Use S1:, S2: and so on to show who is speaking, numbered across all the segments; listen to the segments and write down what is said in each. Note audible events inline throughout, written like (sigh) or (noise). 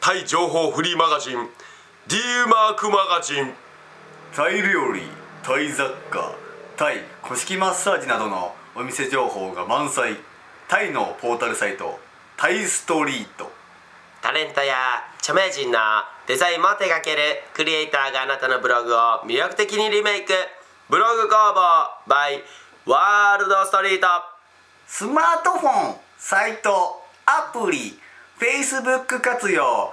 S1: タイ情報フリーマガジン D マークマガジン
S2: タイ料理タイ雑貨タイ古式マッサージなどのお店情報が満載タイのポータルサイトタイストリート
S1: タレントや著名人のデザインも手掛けるクリエイターがあなたのブログを魅力的にリメイクブログ工房 by ワールドストリート
S2: スマートフォンサイトアプリ Facebook 活用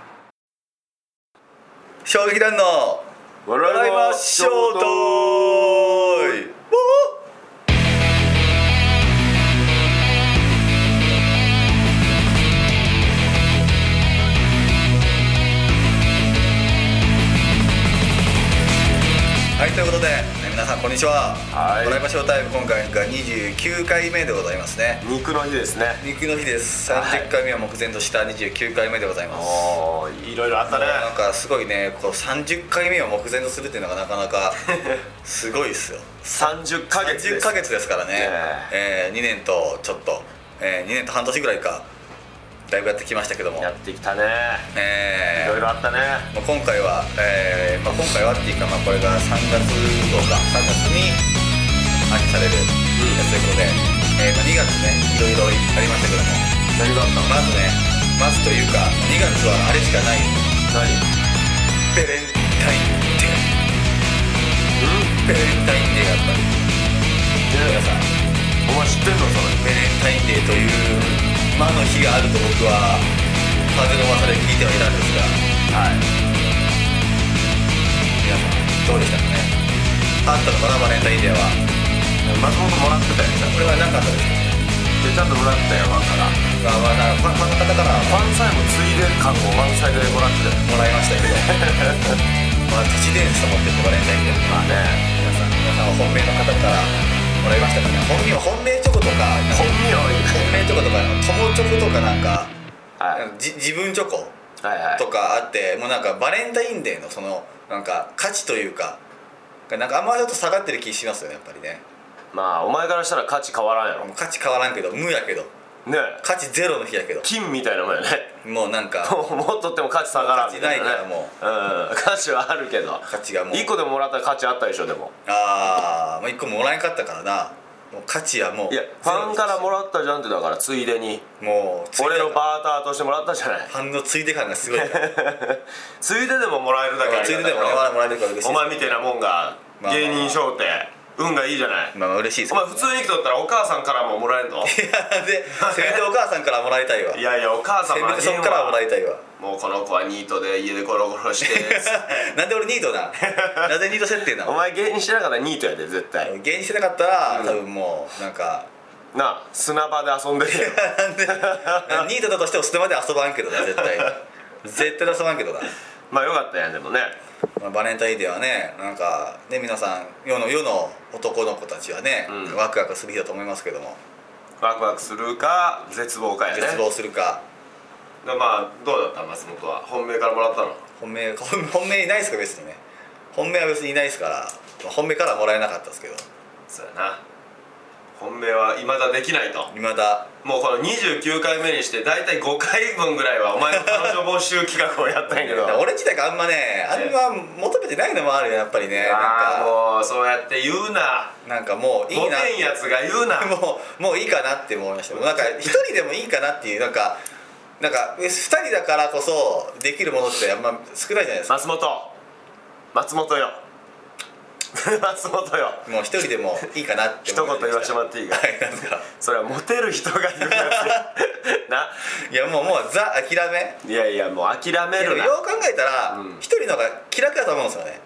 S2: 衝撃団の笑いましょうとーいはいということで皆さんこんにちは
S1: はい
S2: 笑いましょうタイム今回が29回目でございますね
S1: 肉の日ですね
S2: 肉の日です
S1: はい
S2: 30回目を目前とした29回目でございます
S1: おーいろいろあったね
S2: なんかすごいねこう30回目を目前とするっていうのがなかな
S1: (laughs)
S2: かすごいですよ
S1: 30ヶ月で
S2: 30
S1: す
S2: ヶ月ですからね
S1: ね、
S2: え2年とちょっと、え2年と半年ぐらいかだいぶやってきましたけども
S1: やってきたねい
S2: え
S1: ろいろあったね
S2: ーまあ今回は、えーまあ、今回はっていうか、まあ、これが3月とか3月に発揮されるやつということで、えーまあ、2月ねいろいろありましたけども
S1: 何があったの
S2: まずねまずというか2月はあれしかないベ
S1: 何
S2: レンタインデー
S1: うん
S2: ベレンタインデーがあったんです皆さん
S1: お前知ってんの
S2: ベレンタインデーという魔の日があると僕は風の噂で聞いてはいたんですが
S1: それはい
S2: 皆さんどうでしたかねあったのかなバレンタインデーは
S1: 松本もらってたよ
S2: これはなかったですね
S1: でちゃんともらってたよファンか
S2: まあまあファ
S1: ら
S2: ンファンの方から
S1: ファンさえもついで感を満載でもらってたよ
S2: もらいましたけどまあ都市伝説と思ってるバレンタインデー
S1: まあね
S2: 皆さん皆さんは本命の方からもらいましたかね本名本命チョコとか
S1: 本名
S2: 本命チョコとか友チョコとかなんか
S1: はい
S2: じ自分チョコ
S1: はいはい
S2: とかあってもうなんかバレンタインデーのそのなんか価値というかなんかあんまちょっと下がってる気しますよねやっぱりね
S1: まあお前からしたら価値変わらんやろ
S2: もう価値変わらんけど無やけど
S1: ねえ
S2: 価値ゼロの日やけど
S1: 金みたいなもんやね
S2: もうなんか
S1: もう持っとっても価値下がらんみたいな、ね、
S2: 価値ない
S1: からもう、ん、価値はあるけど
S2: 価値がもう
S1: 1個でももらったら価値あったでしょでも
S2: あー、まあ1個もらえんかったからなもう価値はもう
S1: い
S2: い
S1: やファンからもらったじゃんってだからついでに
S2: もうついで
S1: 俺のバーターとしてもらったじゃない
S2: ファンのついで感がす
S1: (laughs)
S2: ごいから
S1: ついででももらえるだけあ
S2: つい
S1: りが
S2: で
S1: た
S2: で
S1: い
S2: もねもらえるから嬉しいです
S1: お前みたいなもんが
S2: まあ
S1: 芸人賞って運がいいじゃない
S2: まあまあ嬉しいです
S1: お
S2: けど
S1: 前普通に生きとったらお母さんからももらえるの
S2: (laughs) いやでせめてお母さんからもらいたいわ
S1: いやいやお母
S2: せ
S1: 様
S2: めてそっからはもらいたいわ
S1: もうこの子はニートで家でゴロゴ
S2: (laughs)
S1: ロして
S2: なんで俺ニートな (laughs) なぜニート設定な
S1: お
S2: の
S1: 前芸人してなかったらニートやで絶対
S2: 芸人してなかったら、
S1: うん
S2: 多分もうなんか
S1: なあ砂場で遊んでるよ
S2: なんでニートだとしてもそれまで遊ばんけどな絶
S1: (laughs)
S2: 対絶対遊ばんけどな、
S1: まあよかったやんでもね
S2: まあ、バレンタインデーはねなんかね皆さん世の世の男の子たちはね、
S1: うん
S2: ワクワクする日だと思いますけども
S1: ワクワクするか絶望かやね
S2: 絶望するか
S1: でまあどうだった松本は本命からもらったの
S2: 本命本本命いないですか別にね本命は別にいないですからまあ本命からはもらえなかったですけど
S1: そうやな本命は未だできないと
S2: 未だ
S1: もうこの29回目にして大体5回分ぐらいはお前の彼女募集企画をやったんやけど
S2: 俺自体があんまねあんま求めてないのもあるよやっぱりねな
S1: ああもうそうやって言うなん
S2: かなんかもういい
S1: ご
S2: な
S1: てんやつが言うな
S2: もうもういいかなって思いましたなんか一人でもいいかなっていうなんかなんか2人だからこそできるものってあんま少ないじゃないですか
S1: 松本松本よ (laughs) 松本よ
S2: もう一人でもいいかなって
S1: 一言言わせてもらっていいか
S2: はいなんですか
S1: それはモテる人が
S2: (laughs)
S1: 言うやつない
S2: やもうもうザ諦め
S1: いやいやもう諦め
S2: でも
S1: るな
S2: よう考えたら
S1: うん
S2: 一、人の方が気楽だと思うんですよね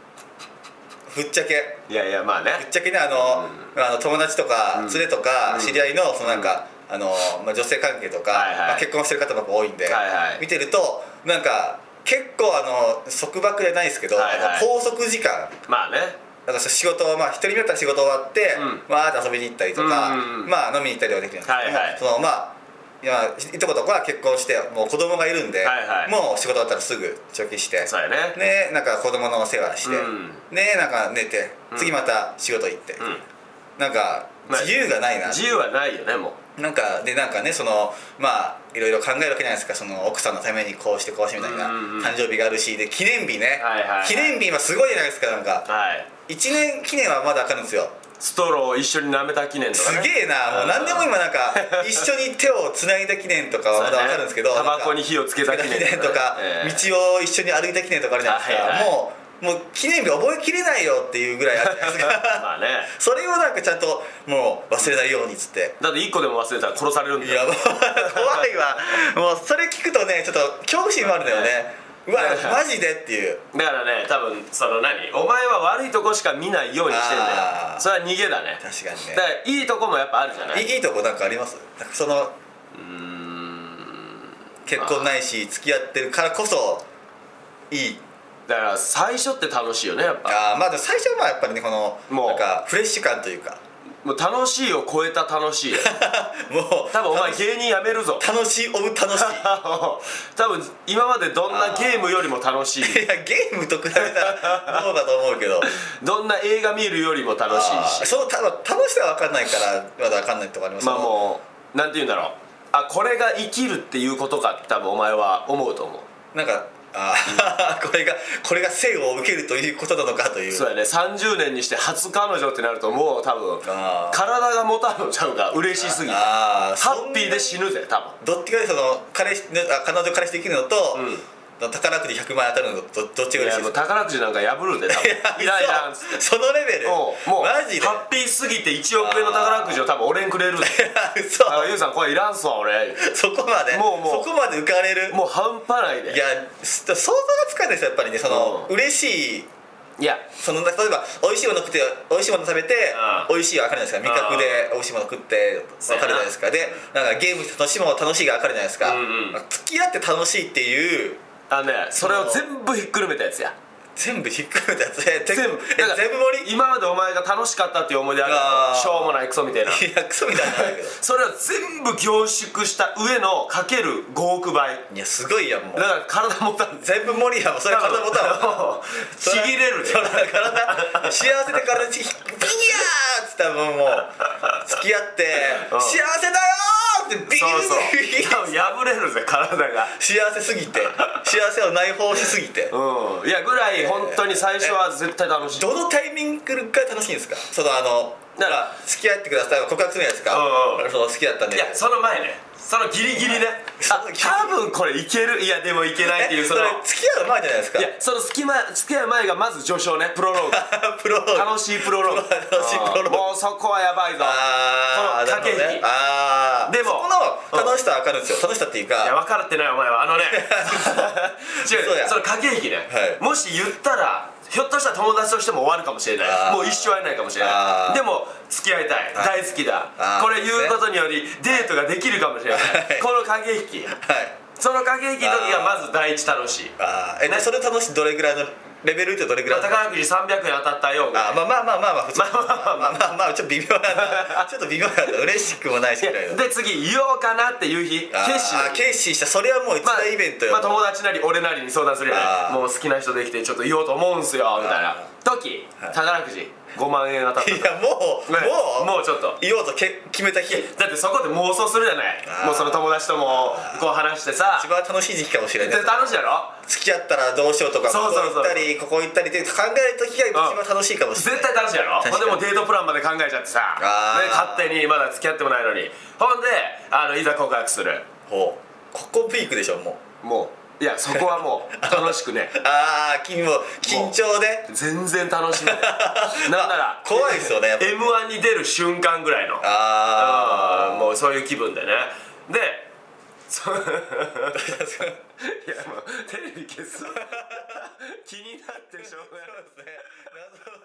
S2: ぶっちゃけ
S1: いやいやまあね
S2: ぶっちゃけねあの,、あの友達とか
S1: ん
S2: 連れとか
S1: うん
S2: 知り合いのそのなんか、あのまあ、女性関係とか、
S1: はいはい
S2: まあ、結婚してる方ばっか多いんで、
S1: はいはい
S2: 見てるとなんか結構あの束縛じゃないですけど、
S1: はいはい
S2: あの拘束時間
S1: まあね
S2: なんかそう仕事をまあ一人目だったら仕事終わって、
S1: う
S2: まああと遊びに行ったりとか、
S1: うんうんうん
S2: まあ飲みに行ったりはできるんですけど、
S1: はいはい
S2: そのまあ今いとことかは結婚してもう子供がいるんで、
S1: はいはい
S2: もう仕事終わったらすぐ貯金して
S1: そうやね
S2: ねなんか子供のお世話して、
S1: うん
S2: ねなんか寝て
S1: うん
S2: 次また仕事行って、
S1: うん
S2: なんか
S1: まあ
S2: 自由がないな、
S1: 自由はないよねもう
S2: なんかでなんかねそのまあいろいろ考えるわけじゃないですかその奥さんのためにこうしてこうしてみたいな、
S1: うんうんうん
S2: 誕生日があるしで記念日ね、
S1: はいはいはい
S2: 記念日今すごいじゃないですかなんか
S1: はい
S2: 1年記念はまだあかるんですよ
S1: ストローを一緒に舐めた記念と
S2: す
S1: かね
S2: げえなもう何でも今なん
S1: (laughs)
S2: か一緒に手をつないだ記念とかはまだわかるんですけど
S1: そう (laughs)
S2: な
S1: や
S2: ん
S1: ね
S2: か
S1: タバコに火をつけた記念とかね
S2: つけたと (laughs) か
S1: ええ
S2: 道を一緒に歩いた記念とかあるじゃないです
S1: はいは
S2: か
S1: い
S2: もうもう記念日覚えきれないよっていうぐらいあるじゃないですか
S1: (laughs) まあね
S2: それをなんかちゃんともう忘れないようにっつって
S1: だって一個でも忘れたら殺されるんだ
S2: いや
S1: よ
S2: もう怖いわもうそれ聞くとねちょっと恐怖心もあるんだよねうわ
S1: はい
S2: マジでっていう
S1: だからね多分その何お前は悪いとこしか見ないようにしてんだ
S2: あ
S1: よ
S2: ー
S1: それは逃げだね
S2: 確かに
S1: だからいいとこもやっぱあるじゃない
S2: ねいいいいとこなんかありますなんかその結婚ないし付き合ってるからこそいい
S1: だから最初って楽しいよねやっぱ
S2: あーまあでも最初はまあやっぱりねこの
S1: もう
S2: なんかフレッシュ感というか
S1: もう楽しいを超えた楽しいよ
S2: もう
S1: 多分お前芸人やめるぞ
S2: 楽しいオブ楽しい
S1: 多分今までどんなゲームよりも楽
S2: (laughs)
S1: しい
S2: いやゲームと比べたらどうだと思うけど
S1: どんな映画見るよりも楽し
S2: あー
S1: いし
S2: そのた楽しさは分かんないからまだ分かんないとこありますけ
S1: まあ
S2: ど
S1: もうなんて言うんだろうあこれが生きるっていうことかって多分お前は思うと思う
S2: なんかあ (laughs) ーこれがこれが生を受けるということなのかという
S1: そうやね30年にして初彼女ってなるともう多分
S2: あー
S1: 体が持たんのちゃうか嬉しすぎて
S2: あ
S1: ハ
S2: あ
S1: ッピーで死ぬぜ多分
S2: どっちかでその彼氏あ彼女彼氏できるのと、
S1: ん宝
S2: 宝くじ100万円当たるのとどどっちが
S1: い
S2: 嬉し
S1: や
S2: いです
S1: もう
S2: か
S1: 宝くじなんか破るで多分いらんいらんっつって
S2: 嘘そのレベル
S1: おうもう
S2: マジで
S1: ハッピーすぎて1億円の宝くじを多分俺にくれるんで
S2: (laughs) 嘘
S1: あゆうさんこれいらんっすわ俺
S2: そこまで
S1: もうもう
S2: そこまで浮かれる
S1: もう半端ないで
S2: いやす想像がつかないですよやっぱりねその、
S1: う
S2: 嬉しい
S1: いや
S2: その例えば美味しいもの食って美味しいもの食べて
S1: う
S2: 美味しいは分かるじゃないですか味覚で美味しいもの食って分かるじゃないですかでなんかゲームして楽しいもの楽しいが分かるじゃないですか、
S1: うんうん
S2: 付き合って楽しいっていう
S1: あのねそれを全部ひっくるめたやつや
S2: 全部ひっくるめたやつえ全
S1: 全部
S2: 部え
S1: だから
S2: 全部盛り
S1: 今までお前が楽しかったっていう思い出ある
S2: あー
S1: しょうもないクソみたいない
S2: やクソみ (laughs) たいなんだ
S1: (laughs)
S2: けど
S1: それは全部凝縮した上のかける5億倍
S2: いやすごいやんもう
S1: だから体持たんで
S2: 全部盛りやんもうそれ体ボタン
S1: (laughs) もうちぎれるで
S2: それ体幸せで体ちぎビヤーっつったらもうもう付き合って「
S1: うん
S2: 幸せだよ!」ってビ
S1: そうそう
S2: ーッ
S1: 多分破れるぜ体が
S2: 幸せすぎて幸せを内包しすぎて
S1: うんいやぐらい本当に最初は絶対楽しい
S2: どのタイミングが楽しいんですかそのあの
S1: だ
S2: だ
S1: か
S2: からら付き合ってください告白するやつか
S1: うんうん
S2: その好きだったんで
S1: いやその前ねそのギリギリね
S2: そ
S1: あ
S2: のギリギリ
S1: 多分これいけるいやでもいけないっていう
S2: え
S1: そ
S2: そ
S1: の
S2: れ
S1: い
S2: 付き合う前じゃないですか
S1: やその隙間付き合う前がまず序章ねプロローグ
S2: プロ
S1: 楽しいプロローグ
S2: 楽しいプロローグ
S1: もうそこはやばいぞ
S2: あー
S1: その駆け引
S2: なるほ
S1: き
S2: どねあー
S1: でも
S2: そこの楽しさは分かるんですよ楽しさっていう
S1: いや
S2: か
S1: 分からってないお前はあのね
S2: (laughs)
S1: 違う
S2: 嘘や
S1: その駆け引きね、
S2: はい
S1: もし言ったらひょっとしたら友達としても終わるかもしれな
S2: あ
S1: い
S2: ー
S1: もう一生会えないかもしれ
S2: あ
S1: ない
S2: ー
S1: でも付き合いたい
S2: はい
S1: 大好きだ
S2: あー
S1: これ言うことによりデートができるかもしれない
S2: はい
S1: この駆け引き
S2: はい
S1: その駆け引きの時がまず第一楽しい
S2: あーえ
S1: ね
S2: でそれ楽しいどれぐらいのレベルってどれぐらい
S1: 宝くじ300円当たったよう
S2: あー
S1: が
S2: まあまあまあまあまあ普通
S1: まあまあまあ
S2: まあまあまあちょっと微妙なん
S1: (laughs)
S2: だちょっと微妙なんだ嬉しくもないし
S1: いや
S2: みたいな
S1: で次言おうかなっていう日決心
S2: あー決心したそれはもう一
S1: まあ
S2: 大イベントよ、
S1: まあ友達なり俺なりに相談するよね
S2: あー
S1: もう好きな人できてちょっと言おうと思うんすよみたいな
S2: あ
S1: 時
S2: はい
S1: 宝くじ5万円当たった
S2: い
S1: ね
S2: やもう、 (laughs) もう
S1: もうちょっと
S2: 言おうとけ決めた日一
S1: だってそこで妄想するじゃない
S2: あー
S1: もうその友達ともこう話してさ
S2: 番楽しい時期かもしれ
S1: で
S2: ない
S1: 楽しいやろ
S2: 付き合ったらどうしようとか
S1: そうそう
S2: ここ行
S1: そう
S2: ったりここ行ったりって考える時が一番楽しいかもしれ
S1: 絶
S2: ない
S1: 対楽しいやろ
S2: 確か
S1: ほん
S2: に
S1: でもうデートプランまで考えちゃってさ
S2: あー
S1: ね勝手にまだ付き合ってもないのにほんであのいざ告白する
S2: ほうここピークでしょもう
S1: もういやそこはもう楽し
S2: (laughs)
S1: くね
S2: ああ君も緊張で
S1: 全然楽しめないなん
S2: (laughs)
S1: なら
S2: 怖いですよねやっぱ
S1: m 1に出る瞬間ぐらいの
S2: あ
S1: あーもうそういう気分でねでそ (laughs) いやもうテレビ消す
S2: (laughs)
S1: 気になってしょうがない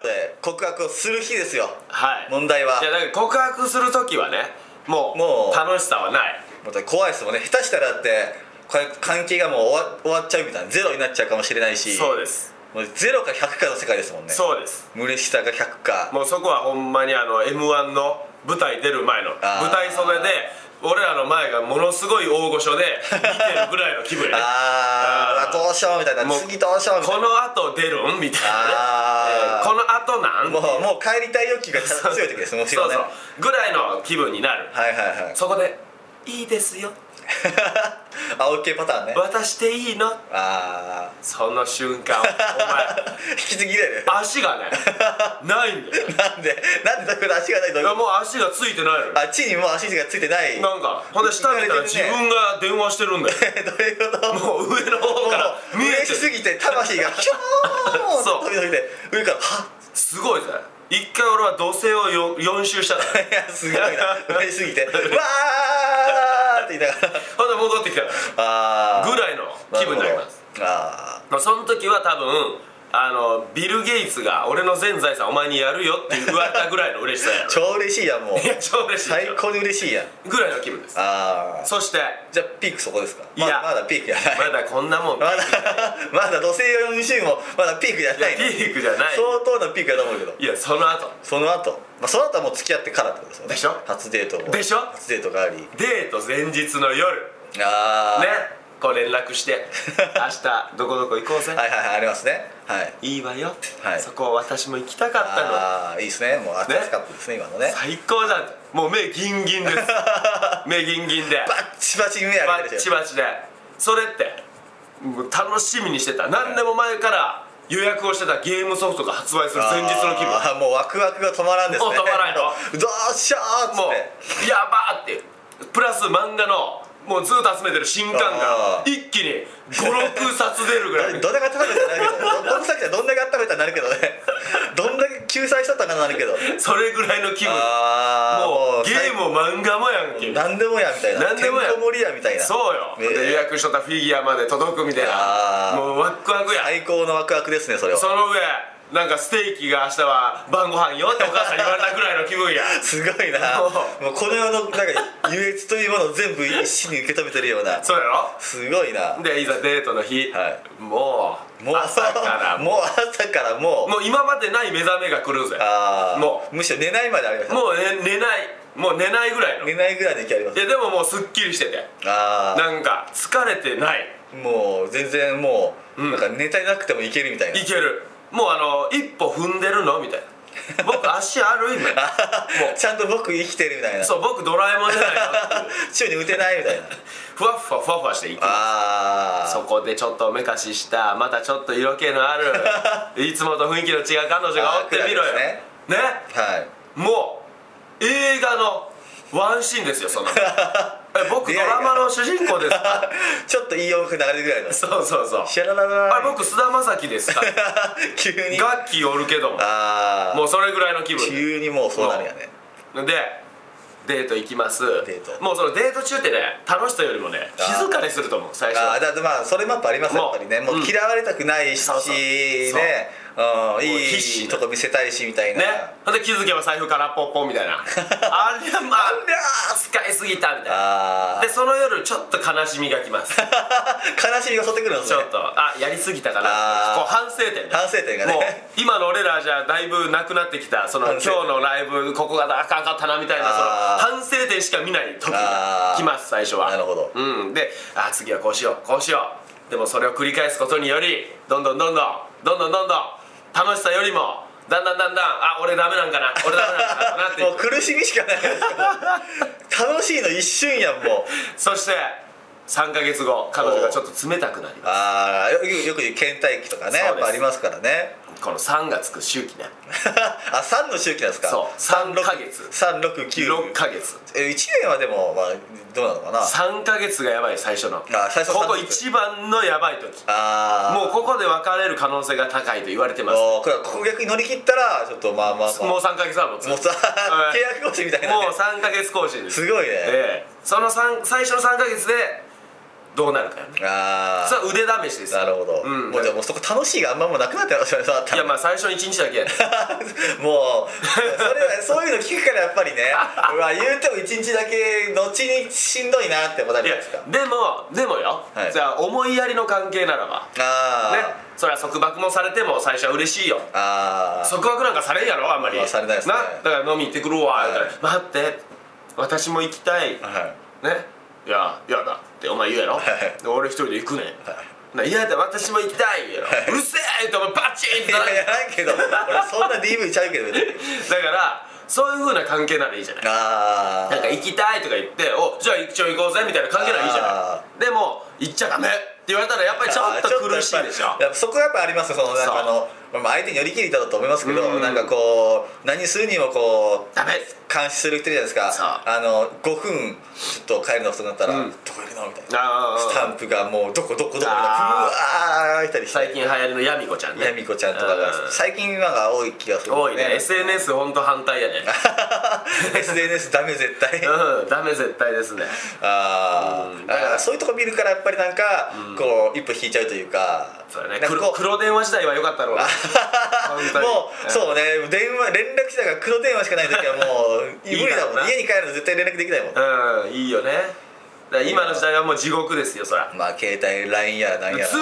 S2: あで告白をする日ですよ
S1: はい
S2: 問題はい
S1: やだから告白する時はねもう
S2: もう
S1: 楽しさはない
S2: また怖いですもんね下手したらだってこれ関係がもう終わ終わっちゃうみたいなゼロになっちゃうかもしれないし
S1: そうです
S2: もうゼロか100かの世界ですもんね
S1: そうです
S2: 嬉しさが100か
S1: もうそこはほんまにあの m 1の舞台出る前の
S2: あー
S1: 舞台袖で俺らの前がものすごい大御所で見てるぐらいの気分やね
S2: (laughs) あ
S1: あ
S2: あ
S1: ー
S2: どうしようみたいな
S1: もう
S2: 次どうしようみた
S1: こ
S2: いな
S1: の後出るんみたいなね、
S2: あー
S1: えーこの後なん
S2: もうもう帰りたい欲求が強い時ですもち
S1: そ
S2: ろん
S1: う
S2: ね
S1: そうぐらいの気分になる、
S2: はいはい
S1: (laughs)
S2: はい
S1: そこで「いいですよ
S2: あ OK パターンね
S1: 渡していいの?
S2: あ」
S1: その瞬間お前
S2: あ引き継ぎだよね
S1: (laughs) 足
S2: (laughs)
S1: がねないんだよ
S2: なんでなんでだから足がないと
S1: いやもう足がついてないのよ
S2: あっちにもう足がついてない (laughs) ど
S1: なんかほんで下見たら自分が電話して
S2: (laughs)
S1: るんだよ
S2: ういうこと
S1: もう上の方から見え
S2: 嬉
S1: て
S2: し
S1: る
S2: すぎて魂がヒョーン
S1: (laughs) そ
S2: と
S1: う
S2: 飛び出て上からはっ
S1: すごいぜ一回俺は土星を 4, 4
S2: (laughs)
S1: 周したから
S2: いやすごいな嬉しすぎ
S1: (laughs)
S2: てわーって言いながら
S1: ほんで戻ってきたか
S2: あ
S1: ら
S2: ー
S1: ぐらいの気分になります
S2: なるほどあ
S1: まあ、その時は多分あのビル・ゲイツが俺の全財産お前にやるよ
S2: (laughs)
S1: って言われたぐらいの嬉しさ
S2: ー
S1: や
S2: 超嬉しいやんもう
S1: いや (laughs) 超嬉しい
S2: 最高に嬉しいやん
S1: ぐらいの気分です
S2: あー
S1: そして
S2: じゃあピークそこですか
S1: いや
S2: まだまだピークじゃない
S1: まだこんなもん
S2: ま
S1: い
S2: だ (laughs) まだ土星4週もまだピークじゃな
S1: や
S2: いの
S1: ピークじゃない
S2: 相当なピークだと思うけど
S1: いやその後
S2: その後、まあその後はもう付き合ってからってことですよね
S1: でしょ
S2: 初デートも
S1: でしょ
S2: 初デートがあり
S1: デート前日の夜
S2: ああ
S1: ねこう連絡 (laughs) して「明日どこどこ行こうぜ」
S2: はいはいはいありますねはい
S1: いいわよ、
S2: はい
S1: そこを私も行きたかったの
S2: ああいいですねもう熱かったですね今のね
S1: 最高じゃんもう目ギンギンです (laughs) 目ギンギンで
S2: バッチバチ目
S1: バ
S2: あげて
S1: ッ
S2: る
S1: チ
S2: でしょ
S1: バチでそれってもう楽しみにしてた何でも前から予約をしてたゲームソフトが発売する前日の気分
S2: あーもうワクワクが止まらんですね
S1: もう止まらんよ
S2: どうしようっつ
S1: もう
S2: って
S1: やばーってプラス漫画のもうずっと集めてる新刊が
S2: あ
S1: 一気に56冊出るぐらい
S2: (laughs) どんだけ温めたらなるけどどどんだけどんだけ温めたらなるけどねどんだけ救済しとったかなるけど
S1: それぐらいの気分
S2: ああ
S1: もうゲー
S2: も
S1: ムも漫画もやんけ
S2: う何でもやみたいな
S1: 何でもや
S2: てんこ盛りやみたいな
S1: そうよ、
S2: ねえ
S1: で予約しとったフィギュアまで届くみたい
S2: あ
S1: な
S2: ー
S1: もうワックワクや
S2: 最高のワクワクですねそれは
S1: その上なんかステーキが明日は晩ご飯よってお母さんに言われたぐらいの
S2: (laughs)
S1: 気分や
S2: すごいな
S1: もう
S2: もうこの世のなんか優越というものを全部一身に受け止めてるような
S1: そうやろ
S2: すごいな
S1: でいざデートの日、
S2: は
S1: もう
S2: もう
S1: 朝からも
S2: もう朝からも
S1: う
S2: う
S1: 今までない目覚めが来るぜ
S2: ああ
S1: も
S2: むしろ寝ないまでありました
S1: もう、ね、寝ないもう寝ないぐらいの
S2: 寝
S1: い
S2: ないぐらいの勢いあります
S1: やでももうすっきりしてて
S2: あ
S1: なんか疲れてない
S2: あもう全然もう、
S1: うん
S2: なんか寝たなくてもいけるみたいない
S1: けるもうあの一歩踏んでるのみたいな僕足歩
S2: (laughs)
S1: いてもう
S2: ちゃんと僕生きてるみたいな
S1: そう僕ドラえもんじゃないのっていう
S2: 宙に打てないみ
S1: (laughs)
S2: たいな
S1: ふわっふわふわふわしていく
S2: ああ
S1: そこでちょっとおめかししたまたちょっと色気のあるいつもと雰囲気の違う彼女がおってみろよ
S2: あー暗い
S1: ね
S2: はい
S1: もう映画のワンシーンですよそ
S2: (laughs)
S1: んなのえ僕ドラマの主人公ですか
S2: ちょっといい音楽流れるぐらいの
S1: そうそうそう
S2: シャラララ
S1: あれ僕菅田将暉ですか
S2: (laughs) 急に
S1: 楽器おるけども
S2: ああ
S1: もうそれぐらいの気分で
S2: 急にもうそうなるよね
S1: でデート行きます
S2: デート
S1: もうそのデート中ってね楽しさよりもね
S2: あー
S1: 静かにすると思う最初
S2: あ
S1: は
S2: あだってまあそれもやっぱあります
S1: もう
S2: やっぱりねも
S1: うん
S2: う嫌われたくないし
S1: そうそう
S2: ねうん
S1: もう必
S2: い
S1: 死
S2: いとこ見せたいしみたいな
S1: ねほんで気づけば財布空っぽっぽみたいな
S2: (laughs)
S1: あれまあ使いすぎたみたいな
S2: ああ
S1: でその夜ちょっと悲しみがきます
S2: (laughs) 悲しみが襲ってくるんです
S1: ち
S2: ね
S1: ょっとあやりすぎたかな
S2: あー
S1: こう反省点
S2: 反
S1: だ
S2: 省点がね
S1: もう今の俺らじゃだいぶなくなってきたその
S2: 反
S1: 今日
S2: 省点
S1: のライブここがあかんかったなみたいなその
S2: あー
S1: 反省点しか見ない時が
S2: (laughs) あー
S1: きます最初は
S2: なるほど
S1: うんであ次はこうしようこうしようでもそれを繰り返すことによりどんどんどんどんどんどんどんどん楽しさよりもだんだんだんだんあ俺ダメなんかな俺ダメなんかなってい
S2: も
S1: う
S2: う苦しみしかない楽しいの一瞬やんもう
S1: (laughs) そして3ヶ月後彼女がちょっと冷たくなりま
S2: ああよよく言う倦怠期とかね
S1: そうです
S2: やっぱありますからね (laughs)
S1: すこの3がつく周期ね
S2: あ三の周期なんですか
S1: そう
S2: 三六
S1: 三ヶ月
S2: 三六九
S1: 6ヶ月
S2: え1年はでもまあどうなのかな
S1: 3ヶ月がやばい最初の
S2: あ最初の
S1: こ
S2: 3
S1: こ
S2: ヶ月
S1: 一番のやばい時
S2: ああ
S1: もうここで別れる可能性が高いと言われてます
S2: これはここ逆に乗り切ったらちょっとまあまあまあ
S1: もう3ヶ月はもうつ (laughs)
S2: もうさ
S1: はい
S2: 契約更新みたいなね
S1: もう3ヶ月更新です
S2: すごいね
S1: ええその三最初の3ヶ月でどうなるかよね
S2: あ
S1: そ
S2: あ
S1: れは腕試しですよ
S2: なるほど、
S1: うん
S2: もうじゃあもうそこ楽しいがあんまもうなくなってますよねそうなった
S1: い
S2: ら
S1: やまあ最初の1日だけ
S2: もうそれはそういうの聞くからやっぱりねうわ言うても一日だけ後にしんどいなって思った
S1: い
S2: じゃな
S1: や
S2: いですか
S1: でもでもよ、
S2: はい
S1: じゃあ思いやりの関係ならば
S2: あ
S1: ね
S2: ー、
S1: それは束縛もされても最初は嬉しいよ
S2: あー
S1: 束縛なんかされんやろあんまり
S2: まあされないですね
S1: だから飲み行ってくるわ、
S2: はい
S1: 言うたら待って私も行きたい、ね
S2: はい
S1: いや嫌だってお前言うやろ、
S2: い
S1: で俺一人で行くねん、な嫌だ私も行きたい言うやろ、うるせえってお前バチンって
S2: い
S1: な
S2: や
S1: る
S2: やらんけど俺そんな DV ちゃうけど別に
S1: だからそういうふうな関係ならいいじゃない
S2: ああ
S1: なんか行きたいとか言って「おじゃあ一応行こうぜ」みたいな関係ならいいじゃ
S2: あ
S1: ないでも行っちゃダメって言われたらやっぱりちょっと苦しいでしょ
S2: やっぱそこはやっぱありますよそのなんかあのまあ相手に寄り切りだと思いますけど、
S1: うん
S2: なんかこう何するにもこう
S1: ダメ
S2: 監視する人いるじゃないです
S1: そう
S2: かあの5分ちょっと帰るの遅くなったら、
S1: うん
S2: どこいるのみたいな
S1: あ
S2: ス
S1: ー
S2: タンプがもうどこどこどこみたいな
S1: あ
S2: ふわーいたりして
S1: 最近流行りのヤミコちゃんね
S2: やみこちゃんとかが
S1: うん
S2: 最近なんか多い気がする
S1: 多いね SNS 本当反対やね
S2: (laughs) SNS ダメ絶対
S1: うんダメ絶対ですね
S2: あ
S1: うん
S2: あだからそういうとこ見るからやっぱりなんかこう一歩引いちゃうというか
S1: そうだ
S2: な
S1: ね
S2: んか
S1: 黒
S2: こう
S1: 黒電話時代は良かったろうな本当に
S2: もうそうね電話連絡手段が黒電話しかない時はもう無
S1: いい
S2: 理だもん
S1: な
S2: 家に帰るの絶対連絡できないもん
S1: うんうんいいよねだから今の時代はもう地獄ですよそら
S2: まあ携帯 LINE やら何やらね
S1: ず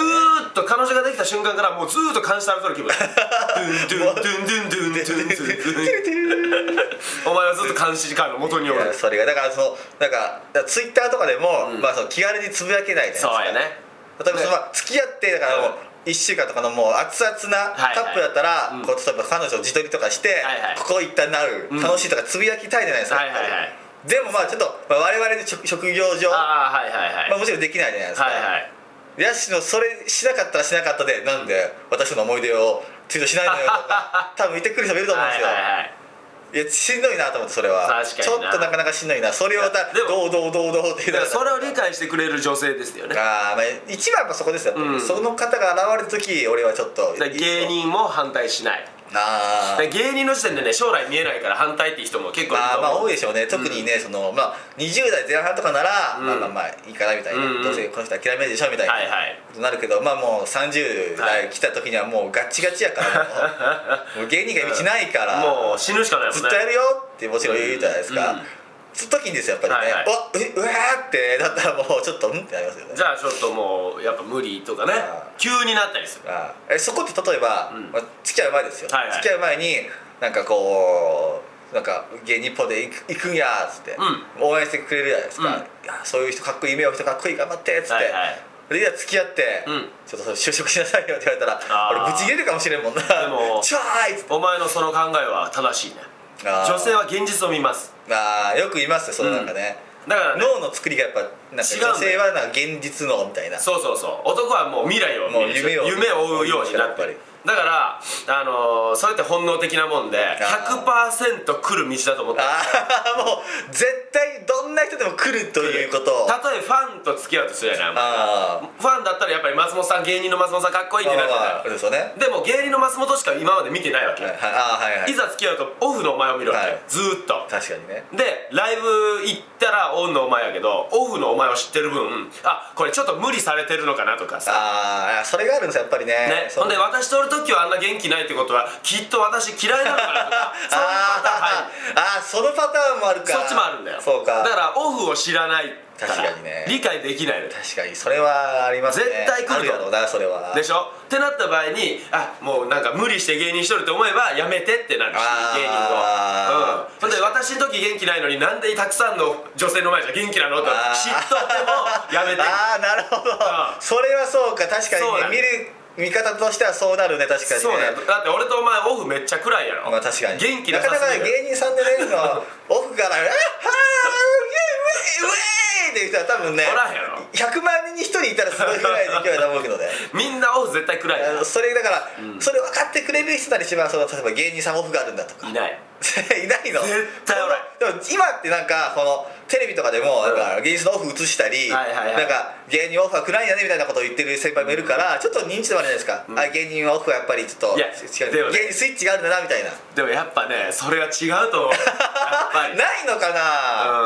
S1: ーっと彼女ができた瞬間からもうずーっと監視されとる気分ドゥンドゥンドゥンドゥンドゥンドゥンドゥンドゥンお前はずっと監視カーの元にお
S2: い
S1: る
S2: やそれがだからそのなんかだからツイッターとかでも、まあ、その気軽につぶやけないじゃ
S1: そう
S2: ない
S1: や
S2: ですか
S1: ね
S2: 例えばその、
S1: ね
S2: まあ付き合ってだからもう1週間とかのもう熱々な
S1: はいはい
S2: カップルだったら、
S1: うん
S2: こう例えば彼女を自撮りとかして、
S1: いはい
S2: ここ行ったなる、
S1: うん
S2: 楽しいとかつぶやきたいじゃないですか、
S1: はいはい
S2: やっぱ
S1: はい
S2: りでもまあちょっと、まあ、我々の職職業上
S1: ああはいはいはい
S2: まあ、もちろんできないじゃないですか、
S1: はいはい
S2: ヤシのそれしなかったらしなかったでなんで私の思い出をツイートしないの
S1: (laughs)
S2: よとか多分見てくる人もいると思うんで
S1: は
S2: す
S1: い
S2: よ、
S1: はいはい
S2: いやしんどいなと思ってそれは
S1: 確かにな
S2: ちょっとなかなかしんどいなそれをまた
S1: でも
S2: どうどうどうどうって言いなが
S1: だから
S2: ら
S1: それを理解してくれる女性ですよねだか
S2: あー、まあ、一番はそこですよ、
S1: うん
S2: その方が現れた時俺はちょっと
S1: ら芸人も反対しないだ
S2: あ
S1: か
S2: ー
S1: ら芸人の時点でね将来見えないから反対って人も結構いる
S2: まあ
S1: と
S2: まあ
S1: 思う
S2: 多いでしょうね特にね、そのまあ20代前半とかなら、
S1: うん
S2: まあまあまあいいかなみたいな、
S1: うんうん
S2: どうせこの人諦めるでしょみたいな、
S1: はいはい
S2: ことになるけどまあもう30代来た時にはもうガチガチやから、も
S1: (laughs)
S2: うもう芸人が道ないから
S1: もう死ぬしかないもんね
S2: ずっとやるよってもちろん言うじゃないですか、
S1: うん
S2: その時にですよやっぱりね、
S1: はいはい
S2: おえうわーってだったらもうちょっとうんってなりますよね
S1: じゃあちょっともうやっぱ無理とかね
S2: あー
S1: 急になったりする
S2: ああえそこって例えば、
S1: うん
S2: まあ、付き合う前ですよ、
S1: はいはい
S2: 付き合う前になんかこうなんか芸人一本で行く行くんやーっつって、
S1: う
S2: 応援してくれるじゃないですか、
S1: うん
S2: いやそういう人かっこいい夢を人かっこいい頑張ってっつって、
S1: はいいはい
S2: でいや付き合って、
S1: うん
S2: ちょっと就職しなさいよって言われた
S1: あー
S2: ら俺ぶち切れるかもしれんもんな
S1: でも
S2: ちょーいっつって
S1: お前のその考えは正しいね
S2: あー
S1: 女性は現実を見ます
S2: あーよく言いますよそのなんかね、
S1: だからね
S2: 脳の作りがやっぱなんか
S1: 違うんだよ
S2: 女性はなんか現実脳みたいな
S1: そうそうそう男はもう未来を
S2: もう
S1: 見る
S2: 夢を
S1: 夢を追うようにな
S2: や
S1: って
S2: っぱ
S1: る
S2: り
S1: だから、あのーそれって本能的なもんで100%来る道だと思ってる
S2: ああもう絶対どんな人でも来るということを
S1: たとえファンと付き合うとするやない
S2: あ
S1: ファンだったらやっぱり松本さん芸人の松本さんかっこい
S2: ー
S1: いって
S2: ま
S1: な
S2: あ
S1: る
S2: まあ
S1: じ
S2: まあ
S1: ゃ
S2: そうですよね
S1: ないでも芸人の松本しか今まで見てないわけ、
S2: はいはいあーはいはい
S1: い、ざ付き合うとオフのお前を見るわ
S2: はい
S1: け、ずーっと
S2: 確かにね
S1: でライブ行ったらオンのお前やけどオフのお前を知ってる分あこれちょっと無理されてるのかなとかさ
S2: ああそれがあるんですよやっぱりね
S1: ね、
S2: そうん
S1: ほで私とおる時はあんな元気ないってことはきっと私嫌いなのかなとかそういうパター
S2: あーあーそのパターンもある
S1: ン入る
S2: か
S1: そっちもあるんだよ
S2: そうか
S1: だからオフを知らないから
S2: 確かにね
S1: 理解できないのよ
S2: 確かにそれはありますね
S1: 絶対来るよ
S2: あるだろうなそれは
S1: でしょってなった場合にあもうなんか無理して芸人しとるって思えばやめてってなるし
S2: あー
S1: 芸人をうんほんで私の時元気ないのになんでたくさんの女性の前じゃ元気なのと
S2: あー
S1: 嫉妬ってもやめて
S2: ああなるほど
S1: うん
S2: それはそうか確か
S1: そう
S2: に
S1: なの
S2: ね見る見方としてはそうなるね確かにね
S1: そうだよだって俺とお前オフめっちゃ暗いやろ
S2: まあ確かに
S1: 元気
S2: な
S1: な
S2: か
S1: さ
S2: なか
S1: す
S2: ね
S1: ぎ
S2: 芸
S1: る
S2: 人さんでねそのオフから「あーはー (laughs) ウェイウェイウェイ!」っていう人は多分ね
S1: おらんやろ (laughs)
S2: 100万人に1人いたらすごいぐらいの勢いだと思うけどね
S1: みんなオフと絶対暗い
S2: あ
S1: な
S2: のそれだから、それ分かってくれる人なり一番その例えば芸人さんオフがあるんだとか
S1: いない
S2: (laughs) いないの
S1: 絶対おらん
S2: でも今ってなんかこのテレビとかでもなんか芸人のオフ映したり、
S1: はいはいはい
S2: なんか芸人オフは暗いんだねみたいなことを言ってる先輩もいるからちょっと認知度もあるじゃないですか、あ芸人はオフはやっぱりちょっと
S1: いや
S2: 違
S1: でも
S2: う
S1: ね
S2: 芸人スイッチがあるんだなみたいな
S1: でもやっぱねそれは違うと思うやっぱ
S2: (laughs)
S1: り
S2: ないのかな、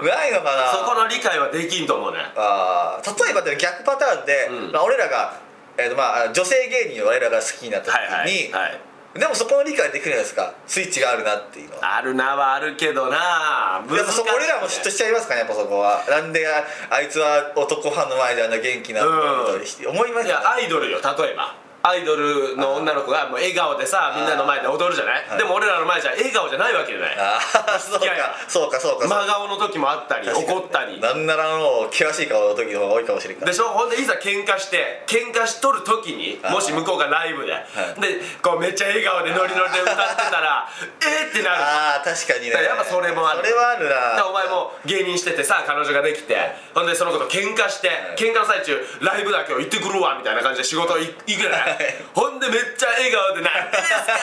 S1: うん
S2: ないのかな
S1: そこの理解はできんと思うね
S2: あー例えばでも逆パターンで、
S1: うん
S2: まあ、俺らが、えーとまあ、女性芸人を我らが好きになった時
S1: はいはい、
S2: に、
S1: はい、
S2: でもそこの理解できるじゃないですかスイッチがあるなっていうのは
S1: あるなはあるけどな
S2: やっぱそこ俺らも嫉妬しちゃいますかねやっぱそこはなんでああいつは男ファンの前であんな元気な
S1: うん
S2: こと思います
S1: い
S2: よ
S1: やアイドルよ例えばアイドルの女の子がもう笑顔でさみんなの前で踊るじゃない、
S2: い
S1: でも俺らの前じゃ笑顔じゃないわけじゃない
S2: ああそうか
S1: いやいや
S2: そうかそうかそうか
S1: 真顔の時もあったり
S2: 確かに
S1: 怒ったり
S2: なんならもう険しい顔の時の方が多いかもしれんから
S1: でしょほんでいざ喧嘩して喧嘩しとる時に
S2: あー
S1: もし向こうがライブで、でこうめっちゃ笑顔でノリノリで歌ってたらえーってなる
S2: ああ確かにね
S1: だからやっぱそれもある
S2: それはある
S1: だから
S2: な
S1: お前も芸人しててさ彼女ができてほんでその子と喧嘩して喧嘩の最中ライブだけを行ってくるわみたいな感じで仕事い行くじゃないほんでめっちゃ笑顔で「なんでですか!」とか